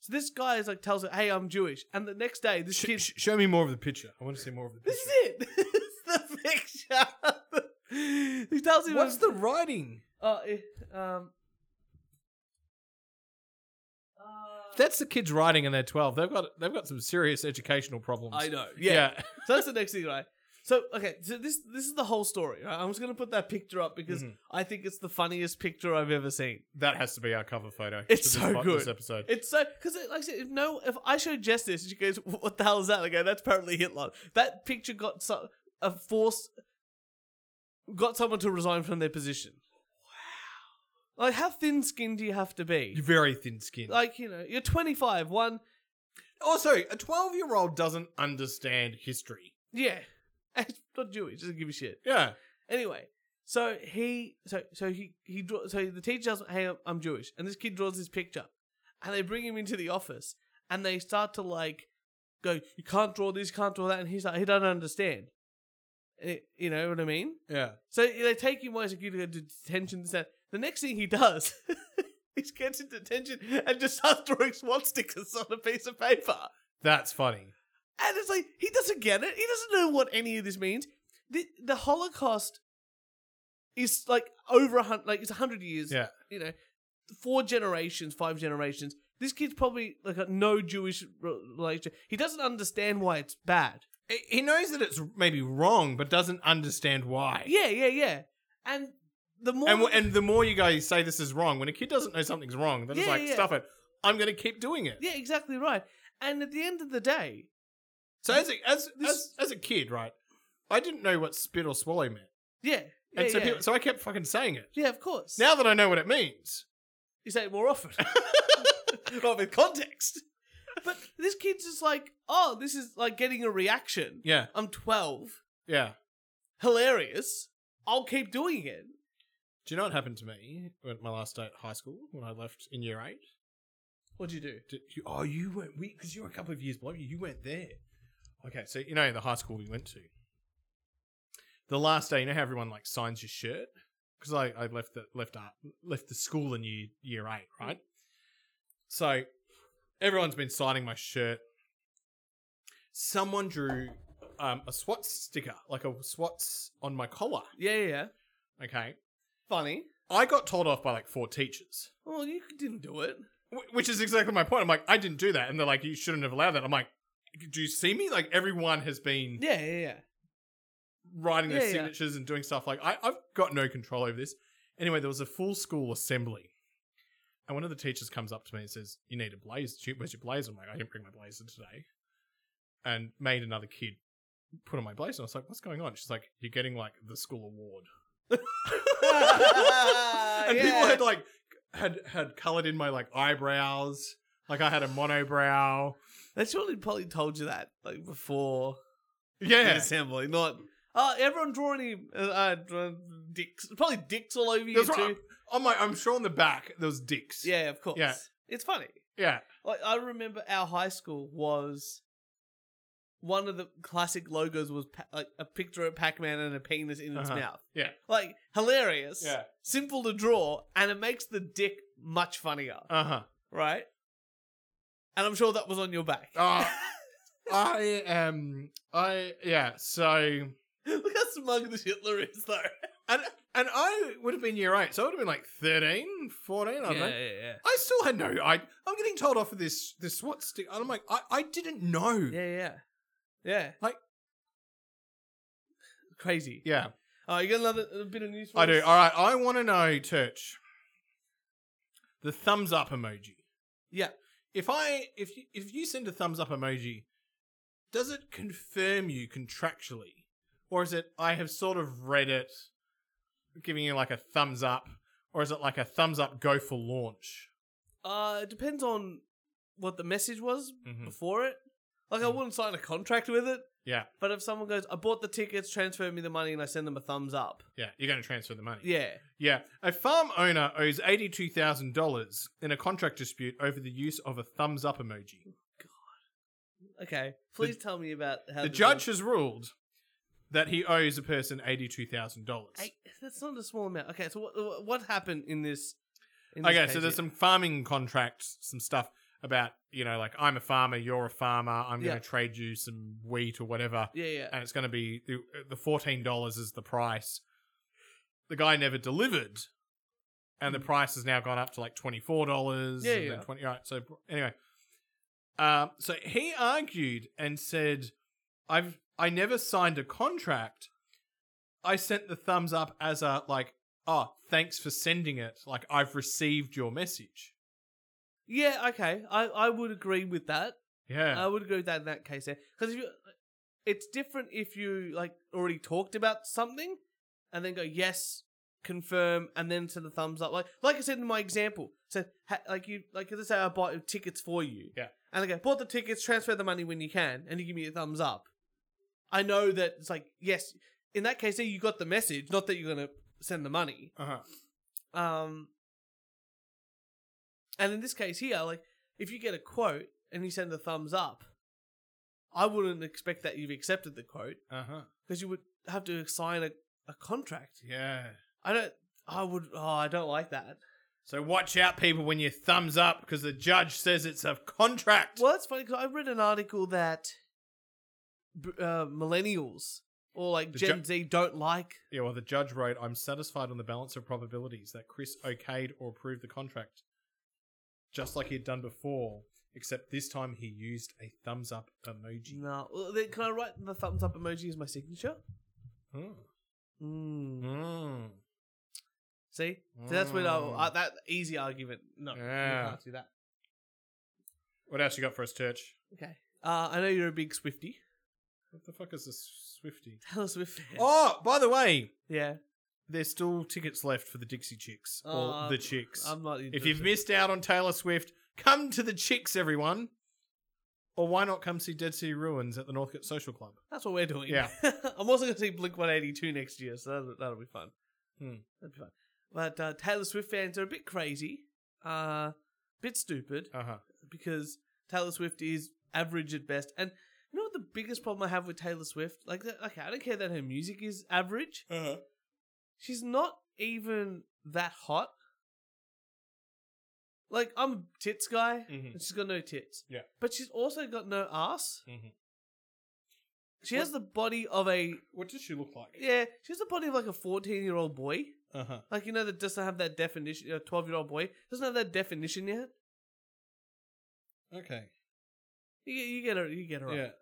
So this guy is like tells her, "Hey, I'm Jewish," and the next day, this Sh- kid sh- show me more of the picture. I want to see more of the This picture. is it. it's the picture. he tells him What's the writing? Oh, eh, um. uh, That's the kids writing and they're 12. They've got they've got some serious educational problems. I know. Yeah. Yeah. So that's the next thing, right? So okay, so this this is the whole story. Right? I'm just gonna put that picture up because Mhm. I think it's the funniest picture I've ever seen. that has to be our cover photo. It's for so this, po- good. This episode. It's so because, like I said, if no, if I showed Jess this, she goes, "What the hell is that?" I go, "That's apparently Hitler." That picture got so a force got someone to resign from their position. Wow! Like, how thin-skinned do you have to be? You're very thin skinned. like, you know, you're 25. One, also, oh, a 12 year old doesn't understand history. yeah, and not Jewish. Doesn't give a shit. Yeah. Anyway, so he, so so he he draw, so the teacher tells him, "Hey, I'm- I'm Jewish," and this kid draws this picture, and they bring him into the office, and they start to like go, "You can't draw this, can't draw that," and he's like, "He doesn't understand," Eh, you know what I mean? Yeah. So they take him away so he can go to detention. This, that. The next thing he does, he gets into detention and just starts drawing swastikas on a piece of paper. That's funny. And it's like he doesn't get it. He doesn't know what any of this means. The the Holocaust is like over a hundred, like it's a hundred years. Yeah. you know, four generations, five generations. This kid's probably like got no Jewish re- relation. He doesn't understand why it's bad. He- He knows that it's maybe wrong, but doesn't understand why. Yeah, yeah, yeah. And the more And, w- and the more you guys say this is wrong, when a kid doesn't know something's wrong, they're just Yeah, like, yeah. stuff it. I'm going to keep doing it. yeah, exactly right. And at the end of the day, So as a, as, This- as as a kid, right, I didn't know what spit or swallow meant, yeah, yeah, and so yeah. people, so I kept fucking saying it. yeah, of course. Now that I know what it means, you say it more often, not with context. But this kid's just like, oh, this is like getting a reaction. Yeah. I'm 12. Yeah. Hilarious. I'll keep doing it. Do you know what happened to me at my last day at high school when I left in year eight? What'd you do? Did you, oh, you weren't because you were a couple of years below me. You weren't there. Okay, so you know the high school we went to. The last day, you know how everyone like signs your shirt because I, I left the left art left the school in year year eight, right? So everyone's been signing my shirt. Someone drew um, a SWAT sticker, like a SWATs on my collar. Yeah, yeah, yeah. Okay, Funny. I got told off by like four teachers. Well, you didn't do it. Wh- which is exactly my point. I'm like, I didn't do that, and they're like, you shouldn't have allowed that. I'm like, do you see me? Like everyone has been Yeah, yeah, yeah. writing their yeah, yeah. signatures and doing stuff. Like I, I've got no control over this. Anyway, there was a full school assembly, and one of the teachers comes up to me and says, "You need a blazer. Shoot, Where's your blazer?" I'm like, "I didn't bring my blazer today," and made another kid put on my blazer. I was like, "What's going on?" She's like, "You're getting like the school award." and people Yeah. had like had had colored in my like eyebrows. Like I had a monobrow. They surely probably told you that like before the Yeah. assembly, not. Oh, everyone draw any uh, uh, draw dicks. Probably dicks all over you That's too. right. I'm like, I'm sure on the back there was dicks. Yeah, of course. Yeah. It's funny. Yeah. Like I remember our high school was one of the classic logos was pa- like a picture of Pac-Man and a penis in its Uh-huh. mouth. Yeah. Like hilarious. Yeah. Simple to draw and it makes the dick much funnier, Uh huh. right? And I'm sure that was on your back. Uh, I am. I yeah. So Look how smug the Hitler is though. and and I would have been year eight, so I would have been like 13, 14, I don't know. yeah. I still had no. I I'm getting told off of this this SWAT stick. and I'm like, I I didn't know. Yeah, yeah. Yeah. Like- crazy. Yeah, Oh, you got another a bit of news for I us? do. All right, I want to know, Church. The thumbs up emoji. Yeah. If I if you, if you send a thumbs up emoji, does it confirm you contractually, or is it I have sort of read it, giving you like a thumbs up, or is it like a thumbs up go for launch? Uh, it depends on what the message was Mhm. before it. Like, I Mm. wouldn't sign a contract with it, Yeah, but if someone goes, I bought the tickets, transfer me the money, and I send them a thumbs up. yeah. You're going to transfer the money. Yeah. Yeah. A farm owner owes eighty-two thousand dollars in a contract dispute over the use of a thumbs up emoji. Okay. Please tell me about how the this judge works. has ruled that he owes a person eighty-two thousand dollars. Hey, that's not a small amount. Okay, so what, what happened in this? In this Okay, case so there's here? some farming contracts, some stuff about you know, like I'm a farmer, you're a farmer, I'm going Yeah. to trade you some wheat or whatever, Yeah, yeah. and it's going to be the- the fourteen dollars is the price. The guy never delivered, and the price has now gone up to like twenty four dollars. Hmm. Yeah, and yeah. Then Twenty. Right. So anyway, um, so he argued and said, "I've I never signed a contract. I sent the thumbs up as a like, oh, thanks for sending it. Like I've received your message. Yeah, okay. I, I would agree with that. I Yeah, would agree with that in that case there. Because if you, it's different if you like already talked about something and then go yes, confirm, and then to the thumbs up. Like like I said in my example, so ha- like you like let's say I bought tickets for you. Yeah. And I go bought the tickets, transfer the money when you can, and you give me a thumbs up. I know that it's like yes. In that case, there you got the message, not that you're gonna send the money. uh-huh. Um, and in this case here, like if you get a quote and you send a thumbs up, I wouldn't expect that you've accepted the quote uh huh, because you would have to sign a, a contract. yeah." I don't. I would. Oh, I don't like that. So watch out, people, when you thumbs up because the judge says it's a contract. Well, that's funny because I read an article that b- uh, millennials or like The Gen ju- Z don't like. Yeah, well, the judge wrote, "I'm satisfied on the balance of probabilities that Chris okayed or approved the contract, just like he'd done before, except this time he used a thumbs up emoji." No. Well, then can I write the thumbs up emoji as my signature? Mm. Mm. Mm. See, so that's when I, Mm. uh, that easy argument. No, Yeah. you can't do that. What else you got for us, Church? Okay. Uh, I know you're a big Swifty. What the fuck is this Swifty? Taylor Swift. fan. Oh, by the way, yeah. there's still tickets left for the Dixie Chicks or Oh, the Chicks. I'm not. if you've interested. missed out on Taylor Swift, come to the Chicks, everyone. Or why not come see Dead Sea Ruins at the Northcote Social Club? That's what we're doing. Yeah. I'm also going to see Blink 182 next year, so that'll, that'll be fun. Hmm. That'll be fun. But uh, Taylor Swift fans are a bit crazy, uh, a bit stupid, Uh huh. because Taylor Swift is average at best. And you know what the biggest problem I have with Taylor Swift? Like, that- okay, I don't care that her music is average. Uh-huh. She's not even that hot. Like, I'm a tits guy, Mhm. and she's got no tits. Yeah. But she's also got no ass. Mm-hmm. She has the body of a What does she look like? Yeah, she has the body of like a 14 year old boy. Uh huh. Like, you know, that doesn't have that definition. A 12 year old boy doesn't have that definition yet. Okay. You, get- you get her, you get her. Yeah. Right.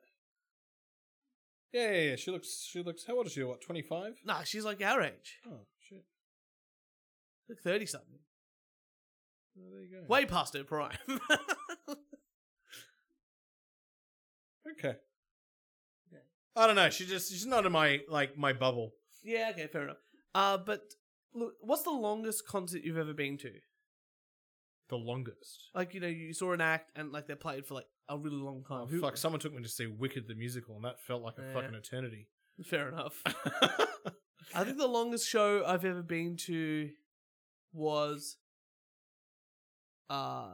Yeah, yeah, yeah. She looks. She looks. How old is she? What? Twenty five. Nah, she's like our age, Oh shit. like 30 something. Well, Oh, there you go. Way past her prime. Okay. I don't know. She just. She's not in my like my bubble. yeah, okay, fair enough. Uh, but look, what's the longest concert you've ever been to? The longest. Like, you know, you saw an act and like they played for like a really long time. Oh, Who- fuck! Someone took me to see Wicked the musical, and that felt like a Yeah. fucking eternity. Fair enough. I think the longest show I've ever been to was uh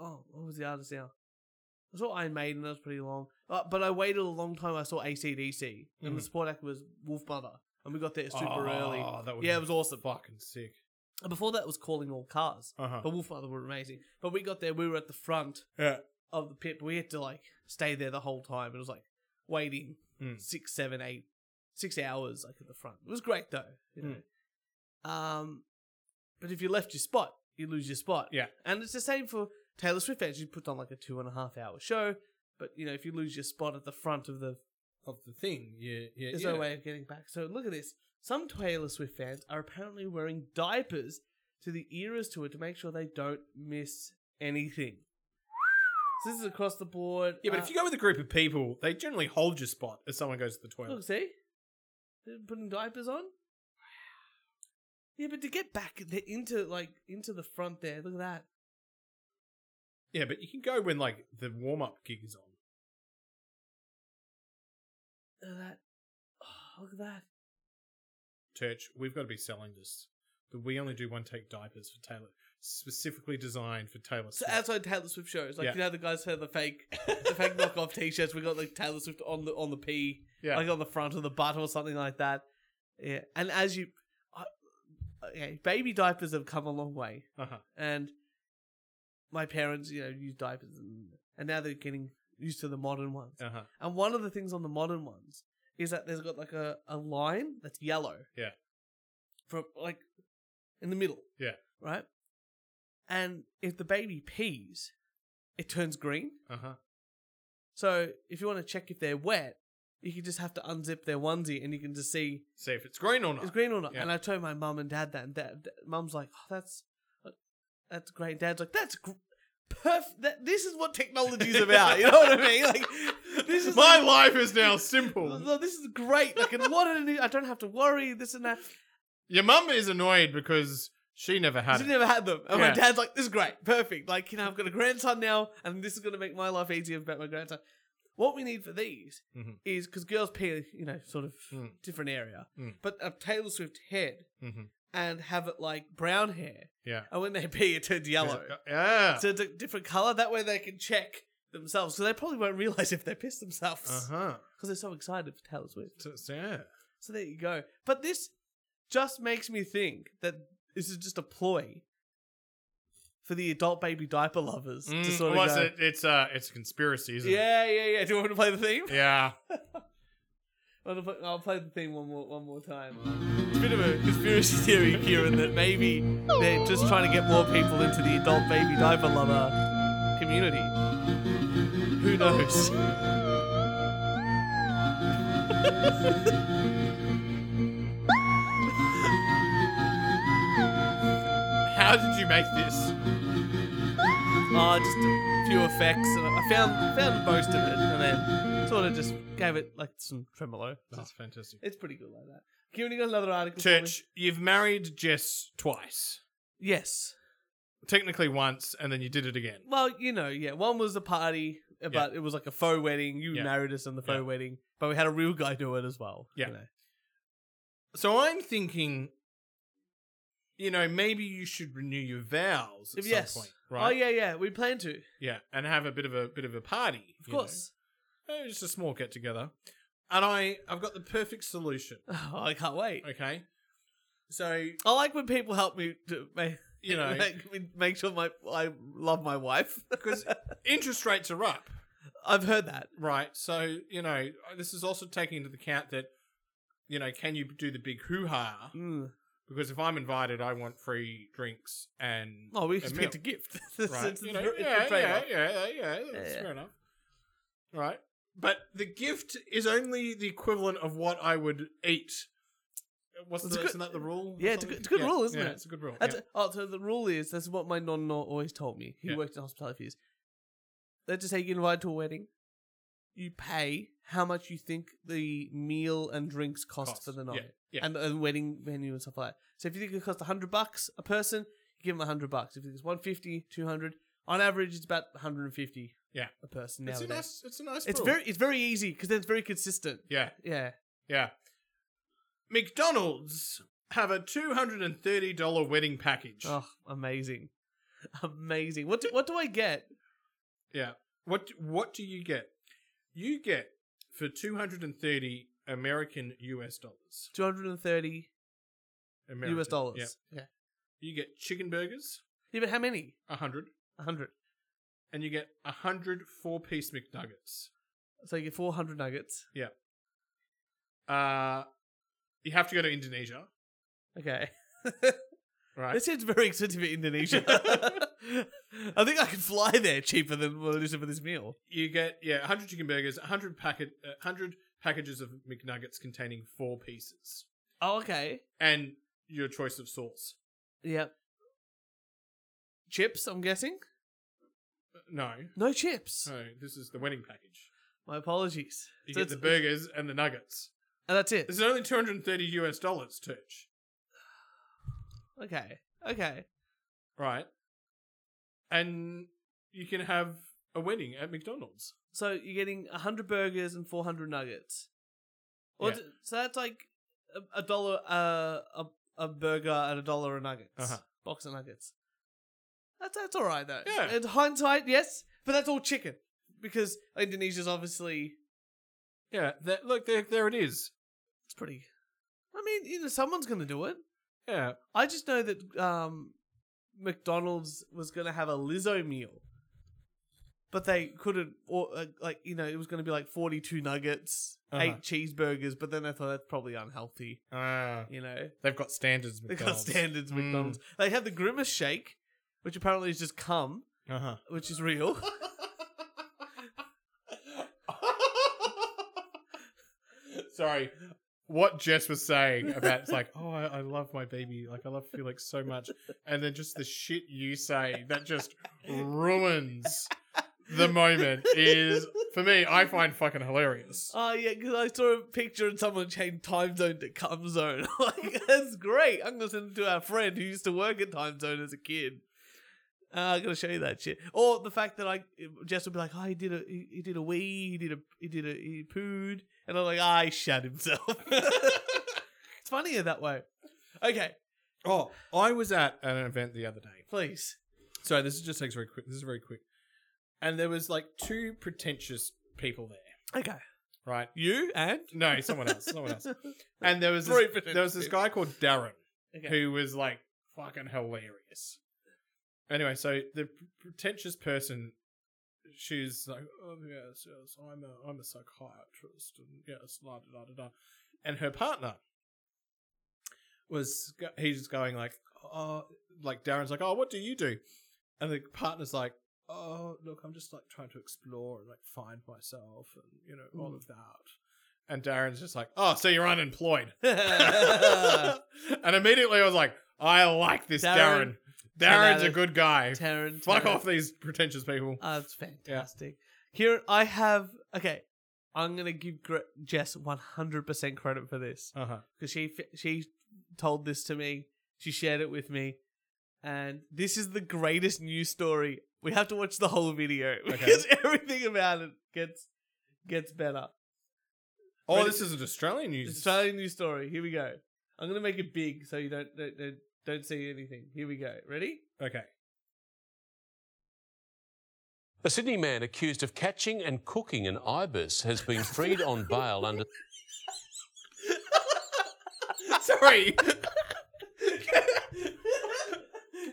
oh, what was the artist now? I saw Iron Maiden, that was pretty long. Uh, but I waited a long time. I saw ACDC, and the Mhm. support act was Wolf Mother, and we got there super early. Oh, that would Yeah, be it was awesome. Fucking sick. And before that was Calling All Cars, Uh huh. but Wolf Mother were amazing. But we got there, we were at the front Yeah. of the pit, but we had to like stay there the whole time. It was like waiting Mm. six, seven, eight, six hours like at the front. It was great though. You know? Hmm. Um, but if you left your spot, you lose your spot. Yeah. and it's the same for Taylor Swift fans. She puts on like a two and a half hour show, but you know if you lose your spot at the front of the, Of the thing. Yeah. Yeah. there's no way of getting back. So look at this. Some Taylor Swift fans are apparently wearing diapers to the eras to it to make sure they don't miss anything. So this is across the board. Yeah, but Uh, if you go with a group of people, they generally hold your spot if someone goes to the toilet. Look, see? They're putting diapers on. Yeah, but to get back the, into like into the front there, look at that. Yeah, but you can go when like the warm up gig is on. Look at that. Oh, look at that. Church, we've got to be selling this. That we only do one take diapers for Taylor, specifically designed for Taylor. So Swift. outside Taylor Swift shows, like Yeah. you know the guys who have the fake the fake knockoff t shirts, we got like Taylor Swift on the on the P, yeah, like on the front or the butt or something like that. Yeah. And as you I okay, baby diapers have come a long way. uh-huh. and my parents, you know, use diapers, and, and now they're getting used to the modern ones. Uh-huh. And one of the things on the modern ones is that there's got like a, a line that's yellow. Yeah. From like in the middle. Yeah. Right? And if the baby pees, it turns green. uh-huh. So if you want to check if they're wet, you can just have to unzip their onesie and you can just see See if it's green or not. it's green or not. Yeah. And I told my mum and dad that, and dad, dad- mum's like, oh, "That's that's great." Dad's like, "That's gr- perfect. That, this is what technology's about." you know what I mean? Like, this is My like- life is now simple. "Oh, This is great. Like, and what an, I don't have to worry. This and that. Your mum is annoyed because she never had She it. never had them. And my Yeah. dad's like, "This is great. Perfect. Like, you know, I've got a grandson now, and this is going to make my life easier about my grandson." What we need for these Mhm. is because girls pee, you know, sort of Mm. different area, Mm. but a Taylor Swift head hmm and have it like brown hair. Yeah, uh, and when they pee, it turns yellow. Yeah. So it's a different color. That way they can check themselves. So they probably won't realize if they piss themselves Uh because huh. they're so excited for Taylor Swift. So, so, yeah. So there you go. But this just makes me think that this is just a ploy for the adult baby diaper lovers to Mm, sort of what's go, it? It's uh, it's a conspiracy, isn't it? Yeah, yeah, yeah. Do you want to play the theme? Yeah. I'll play, I'll play the theme one more one more time. It's a bit of a conspiracy theory, Kieran, that maybe they're just trying to get more people into the adult baby diaper lover community. Who knows? How did you make this? Oh, just a few effects. And I found found most of it, and then sort of just gave it like some tremolo. That's fantastic. It's pretty good like that. Kieran, you got another article? for me? Church, you've married Jess twice. Yes. Technically once, and then you did it again. Well, you know, yeah. One was the party. but it was like a faux wedding. You Yeah. married us in the faux Yeah. wedding, but we had a real guy do it as well. Yeah. You know? So I'm thinking, you know, maybe you should renew your vows at some Yes. point, right? Oh yeah, yeah. We plan to, yeah, and have a bit of a bit of a party, of you know. course. Eh, just a small get together. And I, I've got the perfect solution. Oh, I can't wait. Okay, so I like when people help me to make, you know, make, me- make sure my I love my wife. because interest rates are up, I've heard that. right? So you know, this is also taking into account that, you know, can you do the big hoo ha? Mm. Because if I'm invited, I want free drinks and Oh, we a meal. expect a gift. It's- right? it's You the- know, it's the yeah, yeah, trade-off. yeah, yeah, yeah, that's yeah. fair enough. Right, but the gift is only the equivalent of what I would eat. What's It's the, a good- isn't that the rule? or yeah, it's a something? good- it's a good Yeah, rule, isn't yeah, it? It's a good rule. That's- yeah. Oh, so the rule is this is what my nonna always told me. He Yeah. worked in hospitality for years. Let's just say you get invited to a wedding, you pay how much you think the meal and drinks cost, Cost, for the yeah, night, yeah. and and wedding venue and stuff like that. So if you think it costs hundred bucks a person, you give them hundred bucks. If it's 150, 200, on average it's about one hundred and fifty. Yeah. a person It's a nowadays. nice. It's a nice. it's rule. very it's very easy because then it's very consistent. Yeah, Yeah. yeah. McDonald's have a two hundred and thirty dollar wedding package. Oh, amazing, amazing. What do, what do I get? Yeah. What What do you get? You get for two hundred and thirty American US dollars. Two hundred and thirty American, US dollars. Yeah. yeah. You get chicken burgers, Yeah, but how many? a hundred. A hundred. and you get a hundred four piece McNuggets. So you get four hundred nuggets. Yeah. Uh you have to go to Indonesia, Okay. right? This seems very expensive in Indonesia. I think I could fly there cheaper than what it is for this meal. you get yeah, hundred chicken burgers, hundred packet, uh, hundred packages of McNuggets containing four pieces, Oh, okay. and your choice of sauce. Yep. Chips, I'm guessing? No, No chips. no, this is the wedding package. My apologies. You So get the it's- burgers and the nuggets. And that's it. This is only two hundred and thirty US dollars, Turch. Okay. Okay. Right, and you can have a wedding at McDonald's. So you're getting hundred burgers and four hundred nuggets. Or Yeah. d- so that's like a, a dollar uh, a a burger and a dollar a nuggets. Uh-huh. Box of nuggets. That's that's all right though. Yeah. In hindsight, yes, but that's all chicken because Indonesia's obviously Yeah, that, look there, there it is. it's pretty. I mean, you know, someone's gonna do it. Yeah, I just know that um, McDonald's was gonna have a Lizzo meal, but they couldn't. Or uh, like you know, it was gonna be like forty-two nuggets, Uh-huh. eight cheeseburgers. But then I thought that's probably unhealthy. Ah, You know, they've got standards. they got McDonald's. Mm. standards. McDonald's. They had the grimace shake, which apparently is just cum, Uh huh. which is real. Sorry, what Jess was saying about it's like, oh, I, I love my baby, like I love Felix so much, and then just the shit you say that just ruins the moment is for me. I find fucking hilarious. Oh yeah, because I saw a picture and someone changed time zone to cum zone. like that's great. I'm gonna send it to our friend who used to work at time zone as a kid. Uh, I'm gonna show you that shit. Or the fact that I Jess would be like, "Oh, he did a he, he did a wee, he did a he did a he pooed," and I'm like, "I he shat himself." it's funnier that way. Okay, Oh, I was at an event the other day. please. So this is just takes very quick. This is very quick, and there was like two pretentious people there, Okay, right? you and No, someone else, someone else. And there was Very this, there was this pretentious. guy called Darren Okay. who was like fucking hilarious. Anyway, so the p- pretentious person, she's like, oh yes, yes, I'm a I'm a psychiatrist, and yes, la da da da da, and her partner was go- he's going like, oh, like Darren's like, oh, what do you do? And the partner's like, oh, look, I'm just like trying to explore and like find myself, and you know all of that. And Darren's just like, oh, so you're unemployed and immediately I was like, I like this Darren. Darren. Darren's Hello. a good guy. Taryn. Fuck Taryn. off these pretentious people. Oh, that's fantastic. Here, I have. Okay, I'm gonna give Gre- Jess 100 percent credit for this Uh huh. because she fi- she told this to me. She shared it with me, and this is the greatest news story We have to watch the whole video because everything about it gets gets better. Oh, Ready? this isn't Australian news. Australian news story. Here we go. I'm gonna make it big so you don't don't don't, don't see anything. Here we go. Ready? okay. A Sydney man accused of catching and cooking an ibis has been freed on bail under. Sorry.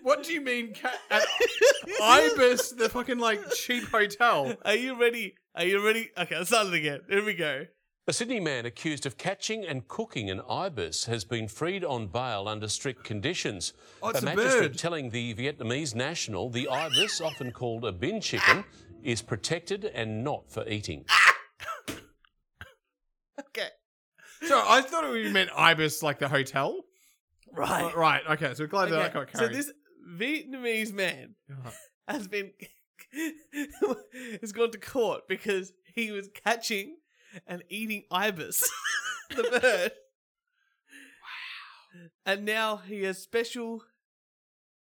what do you mean, cat? At Ibis, the fucking like cheap hotel. Are you ready? Are you ready? Okay, I'll start it again. Here we go. A Sydney man accused of catching and cooking an ibis has been freed on bail under strict conditions. Oh, it's a magistrate bird. telling the Vietnamese national the ibis, often called a bin chicken, is protected and not for eating. Okay. So I thought we meant Ibis like the hotel. Right. But right. Okay. So we're glad that I got So carried. Uh-huh. this Vietnamese man Alright. has been has gone to court because he was catching and eating ibis, the bird. Wow. And now he has special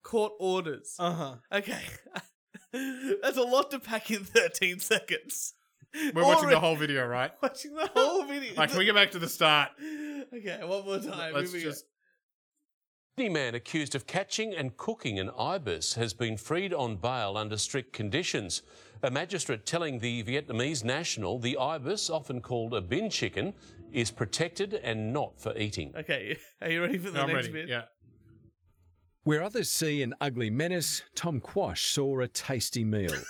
court orders. Uh huh. okay. That's a lot to pack in 13 seconds. We're watching the Already whole video, right? watching the whole video. Like, can we get back to the start? okay, one more time. Let's Here we go. just. Sydney man accused of catching and cooking an ibis has been freed on bail under strict conditions. A magistrate telling the Vietnamese national the ibis, often called a bin chicken, is protected and not for eating. Okay, are you ready for the I'm next ready. bit? Yeah. Where others see an ugly menace, Tom Quash saw a tasty meal.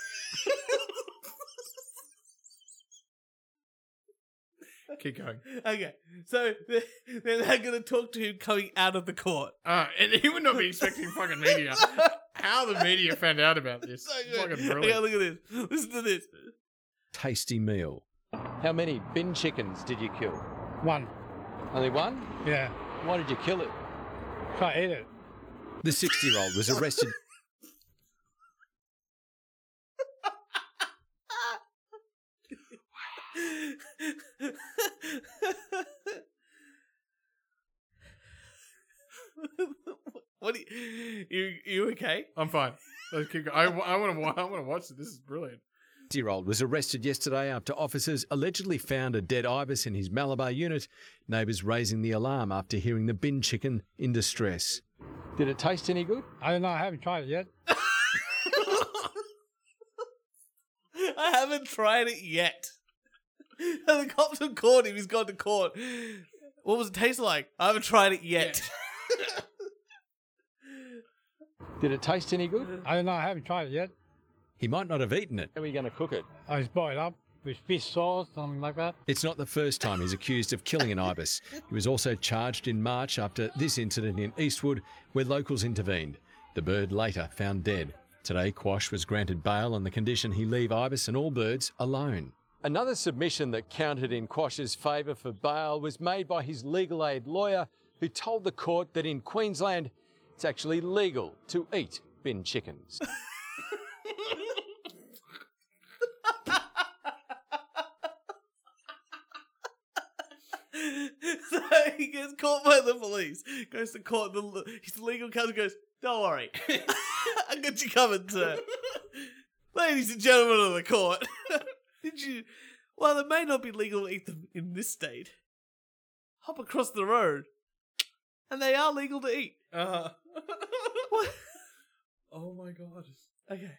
Keep going. Okay, so th- then they're going to talk to him coming out of the court. Uh, and he would not be expecting fucking media. How the media found out about this? fucking brilliant. Okay, look at this. Listen to this. tasty meal. How many bin chickens did you kill? One. Only one? Yeah. Why did you kill it? Can't eat it. The 60 year old was arrested what? Are you, you you okay? I'm fine. Let's keep going. I, want to. I want to watch it. This is brilliant. 60 year old was arrested yesterday after officers allegedly found a dead ibis in his Malabar unit, neighbours raising the alarm after hearing the bin chicken in distress. Did it taste any good? I don't know. I haven't tried it yet. I haven't tried it yet. And the cops have caught him. He's gone to court. What was it taste like? I haven't tried it yet. Did it taste any good? I don't know. I haven't tried it yet. He might not have eaten it. How are you going to cook it? I was Oh, boiled up with fish sauce, something like that. It's not the first time he's accused of killing an ibis. He was also charged in March after this incident in Eastwood, where locals intervened. The bird later found dead. Today, Quash was granted bail on the condition he leave ibis and all birds alone. Another submission that counted in Quash's favour for bail was made by his legal aid lawyer, who told the court that in Queensland it's actually legal to eat bin chickens. so he gets caught by the police. Goes to court. The, his legal counsel goes, "Don't worry, I got you covered, sir." Ladies and gentlemen of the court, did you? While it may not be legal to eat them in this state, hop across the road, and they are legal to eat. Uh, What? oh my god! Okay.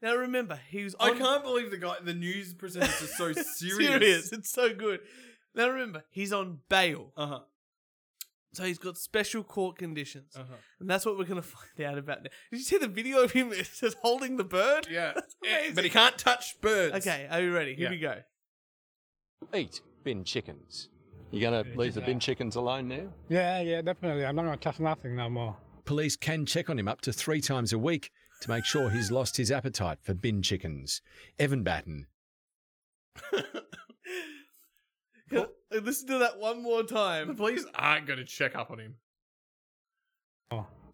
Now remember, he was. I on- can't believe the guy. The news presenters are so serious. serious. It's so good. Now remember, he's on bail. Uh huh. So he's got special court conditions, Uh-huh. and that's what we're gonna find out about now. Did you see the video of him just holding the bird? Yeah. amazing. But he can't touch birds. Okay, are you ready? Here we Yeah. go. eat bin chickens. You going to leave the bin chickens alone now? Yeah, yeah, definitely. I'm not going to touch nothing no more. Police can check on him up to three times a week to make sure he's lost his appetite for bin chickens. Evan Batten, Can I- Listen to that one more The time. police aren't going to check up on him.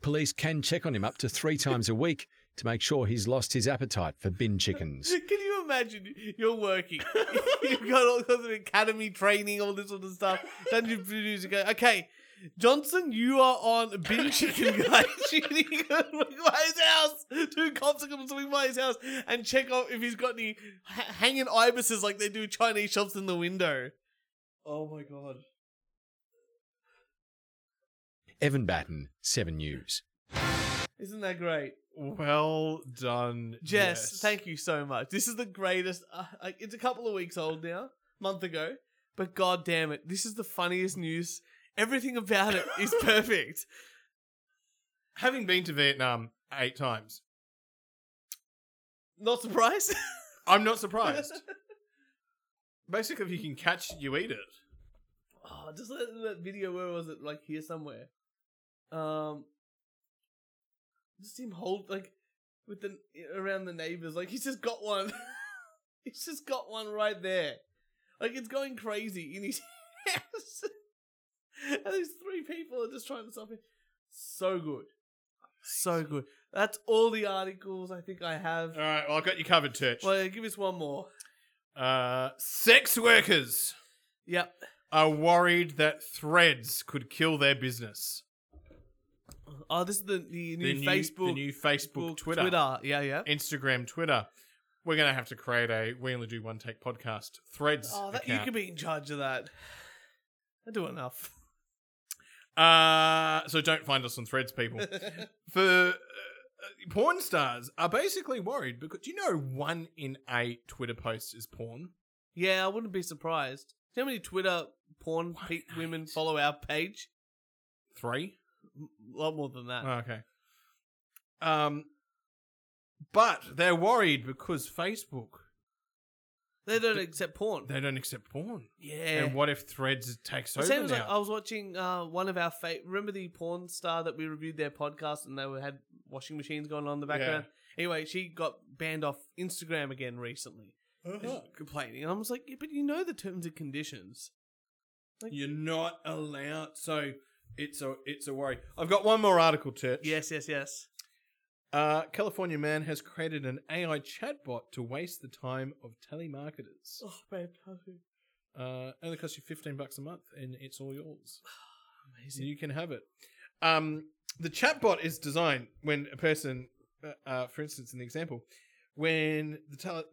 Police can check on him up to three times a week to make sure he's lost his appetite for bin chickens. Can you imagine? You're working. You've got all kinds of academy training, all this sort of stuff. Dungeon producers go, okay, Johnson, you are on bin chicken guy shooting by his house. Two cops are coming swing by his house and check off if he's got any h- hanging ibises like they do Chinese shops in the window. Oh my god. Evan Batten, 7 News. Isn't that great? Well done, Jess, thank you so much. This is the greatest. Uh, like, it's a couple of weeks old now, month ago, but god damn it, this is the funniest news. Everything about it is perfect. Having been to Vietnam eight times, Not surprised. I'm not surprised. Basically, if you can catch it, you eat it. oh, just that, that video. Where was it? Like here somewhere. Um, just him hold like with the around the neighbors. Like he's just got one. he's just got one right there. Like it's going crazy in his house. and these three people are just trying to stop him. So good, so good. That's all the articles I think I have. All right, well, I've got you covered, Church. Well, give us one more. Uh, sex workers Yep. are worried that threads could kill their business. Oh, this is the the new, the new Facebook, the new Facebook, Twitter, Twitter. Yeah, yeah. Instagram, Twitter. We're gonna have to create a we only do one take podcast threads. Oh, that, you account. could be in charge of that. I do enough. Uh, so don't find us on Threads, people. For uh, porn stars are basically worried because do you know one in eight Twitter posts is porn? Yeah, I wouldn't be surprised. Do you know how many Twitter porn pe- women follow our page? Three. A lot more than that. Oh, okay. Um, but they're worried because Facebook they don't accept porn. they don't accept porn. yeah. And what if Threads takes It over sounds now? like I was watching uh, one of our fa- remember the porn star that we reviewed their podcast and they were, had washing machines going on in the background. Anyway, she got banned off Instagram again recently, Uh-huh. complaining. And I was like, yeah, but you know the terms and conditions. You're not allowed. So it's a it's a worry. I've got one more article, Church. Yes, yes, yes. Uh, California man has created an AI chatbot to waste the time of telemarketers. Oh, babe, perfect. Uh, only costs you fifteen bucks a month, and it's all yours. Amazing. You can have it. Um, the chatbot is designed when a person, uh, uh, for instance, in the example, when the tele-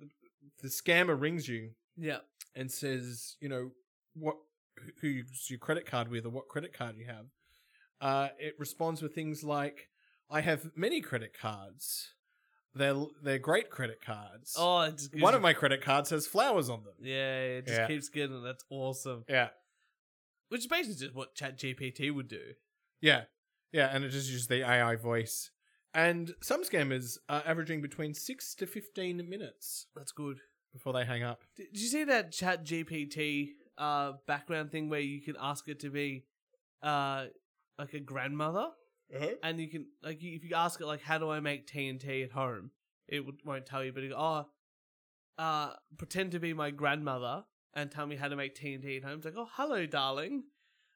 the scammer rings you Yeah. and says, you know, what who you use your credit card with or what credit card you have, uh, it responds with things like, "I have many credit cards. They're they're great credit cards. Oh, it just gives One you- of my credit cards has flowers on them. Yeah, it just Yeah. keeps getting it. That's awesome. Yeah, Which is basically just what ChatGPT would do. yeah, yeah." And it just uses the AI voice. And some scammers are averaging between six to fifteen minutes That's good. before they hang up. Did, did you see that ChatGPT uh, background thing where you can ask it to be uh, like a grandmother? And you can, like, you- if you ask it, like, how do I make TNT at home? It would, won't tell you, but it go, oh, uh, pretend to be my grandmother and tell me how to make TNT at home. It's like, oh, hello, darling.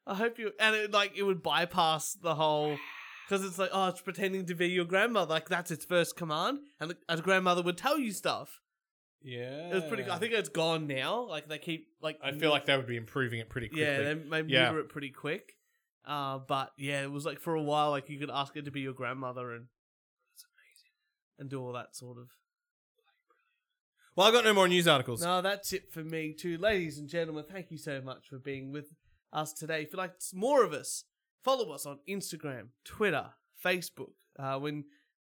I hope you, and it, like, it would bypass the whole, because it's like, oh, it's pretending to be your grandmother. Like, that's its first command. And a grandmother would tell you stuff. Yeah, It was pretty. Hmm. I think it's gone now. Like they keep like. I feel like they would be improving it pretty quickly. yeah, they they Yeah. meter it pretty quick. Uh, but yeah, it was like for a while, like you could ask it to be your grandmother and and do all that sort of. well, I got no more news articles. No, that's it for me too, ladies and gentlemen. Thank you so much for being with us today. If you like more of us, follow us on Instagram, Twitter, Facebook. Uh, when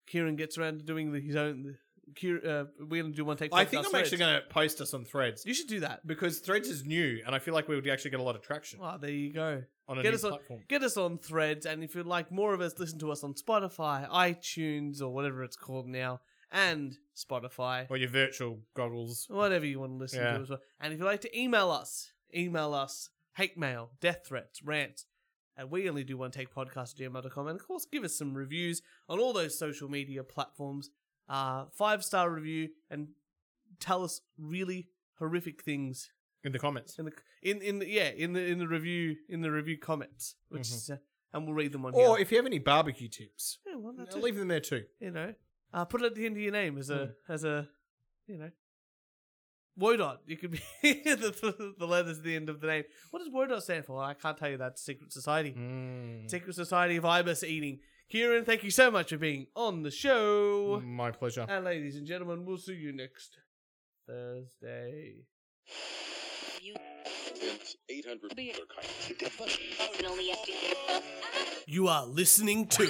Kieran gets around to doing the, his own, Kier, uh, we're gonna do one take. I think I'm podcast actually threads. going to post us on Threads. You should do that. because Threads is new, and I feel like we would actually get a lot of traction Well, there you go. on a get new us on platform. get us on threads and if you'd like more of us listen to us on spotify itunes or whatever it's called now and spotify Or your virtual goggles. whatever you want to listen Yeah. to as well and if you'd like to email us email us hate mail death threats rants and we only do one take podcast at gmail.com and of course give us some reviews on all those social media platforms uh five star review and tell us really horrific things in the comments. in the in in the, yeah in the in the review in the review comments, which Mhm. is uh, and we'll read them on Or here. if you have any barbecue tips, yeah, well, that's uh, it. leave them there too. you know, Uh, put it at the end of your name as a as a you know Wodot. You could be the, the letters at the end of the name. What does Wodot stand for? I can't tell you that. Secret Society. Hmm. Mm, Secret Society of Ibis Eating. Kieran, thank you so much for being on the show. My pleasure. And ladies and gentlemen, we'll see you next Thursday. You are listening to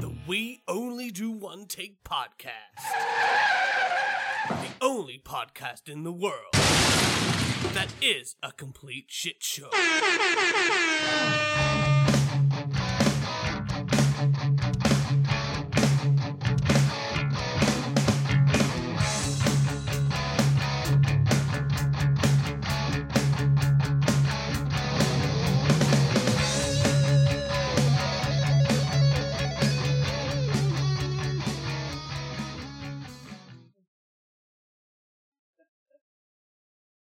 the We Only Do One Take podcast. The only podcast in the world that is a complete shit show.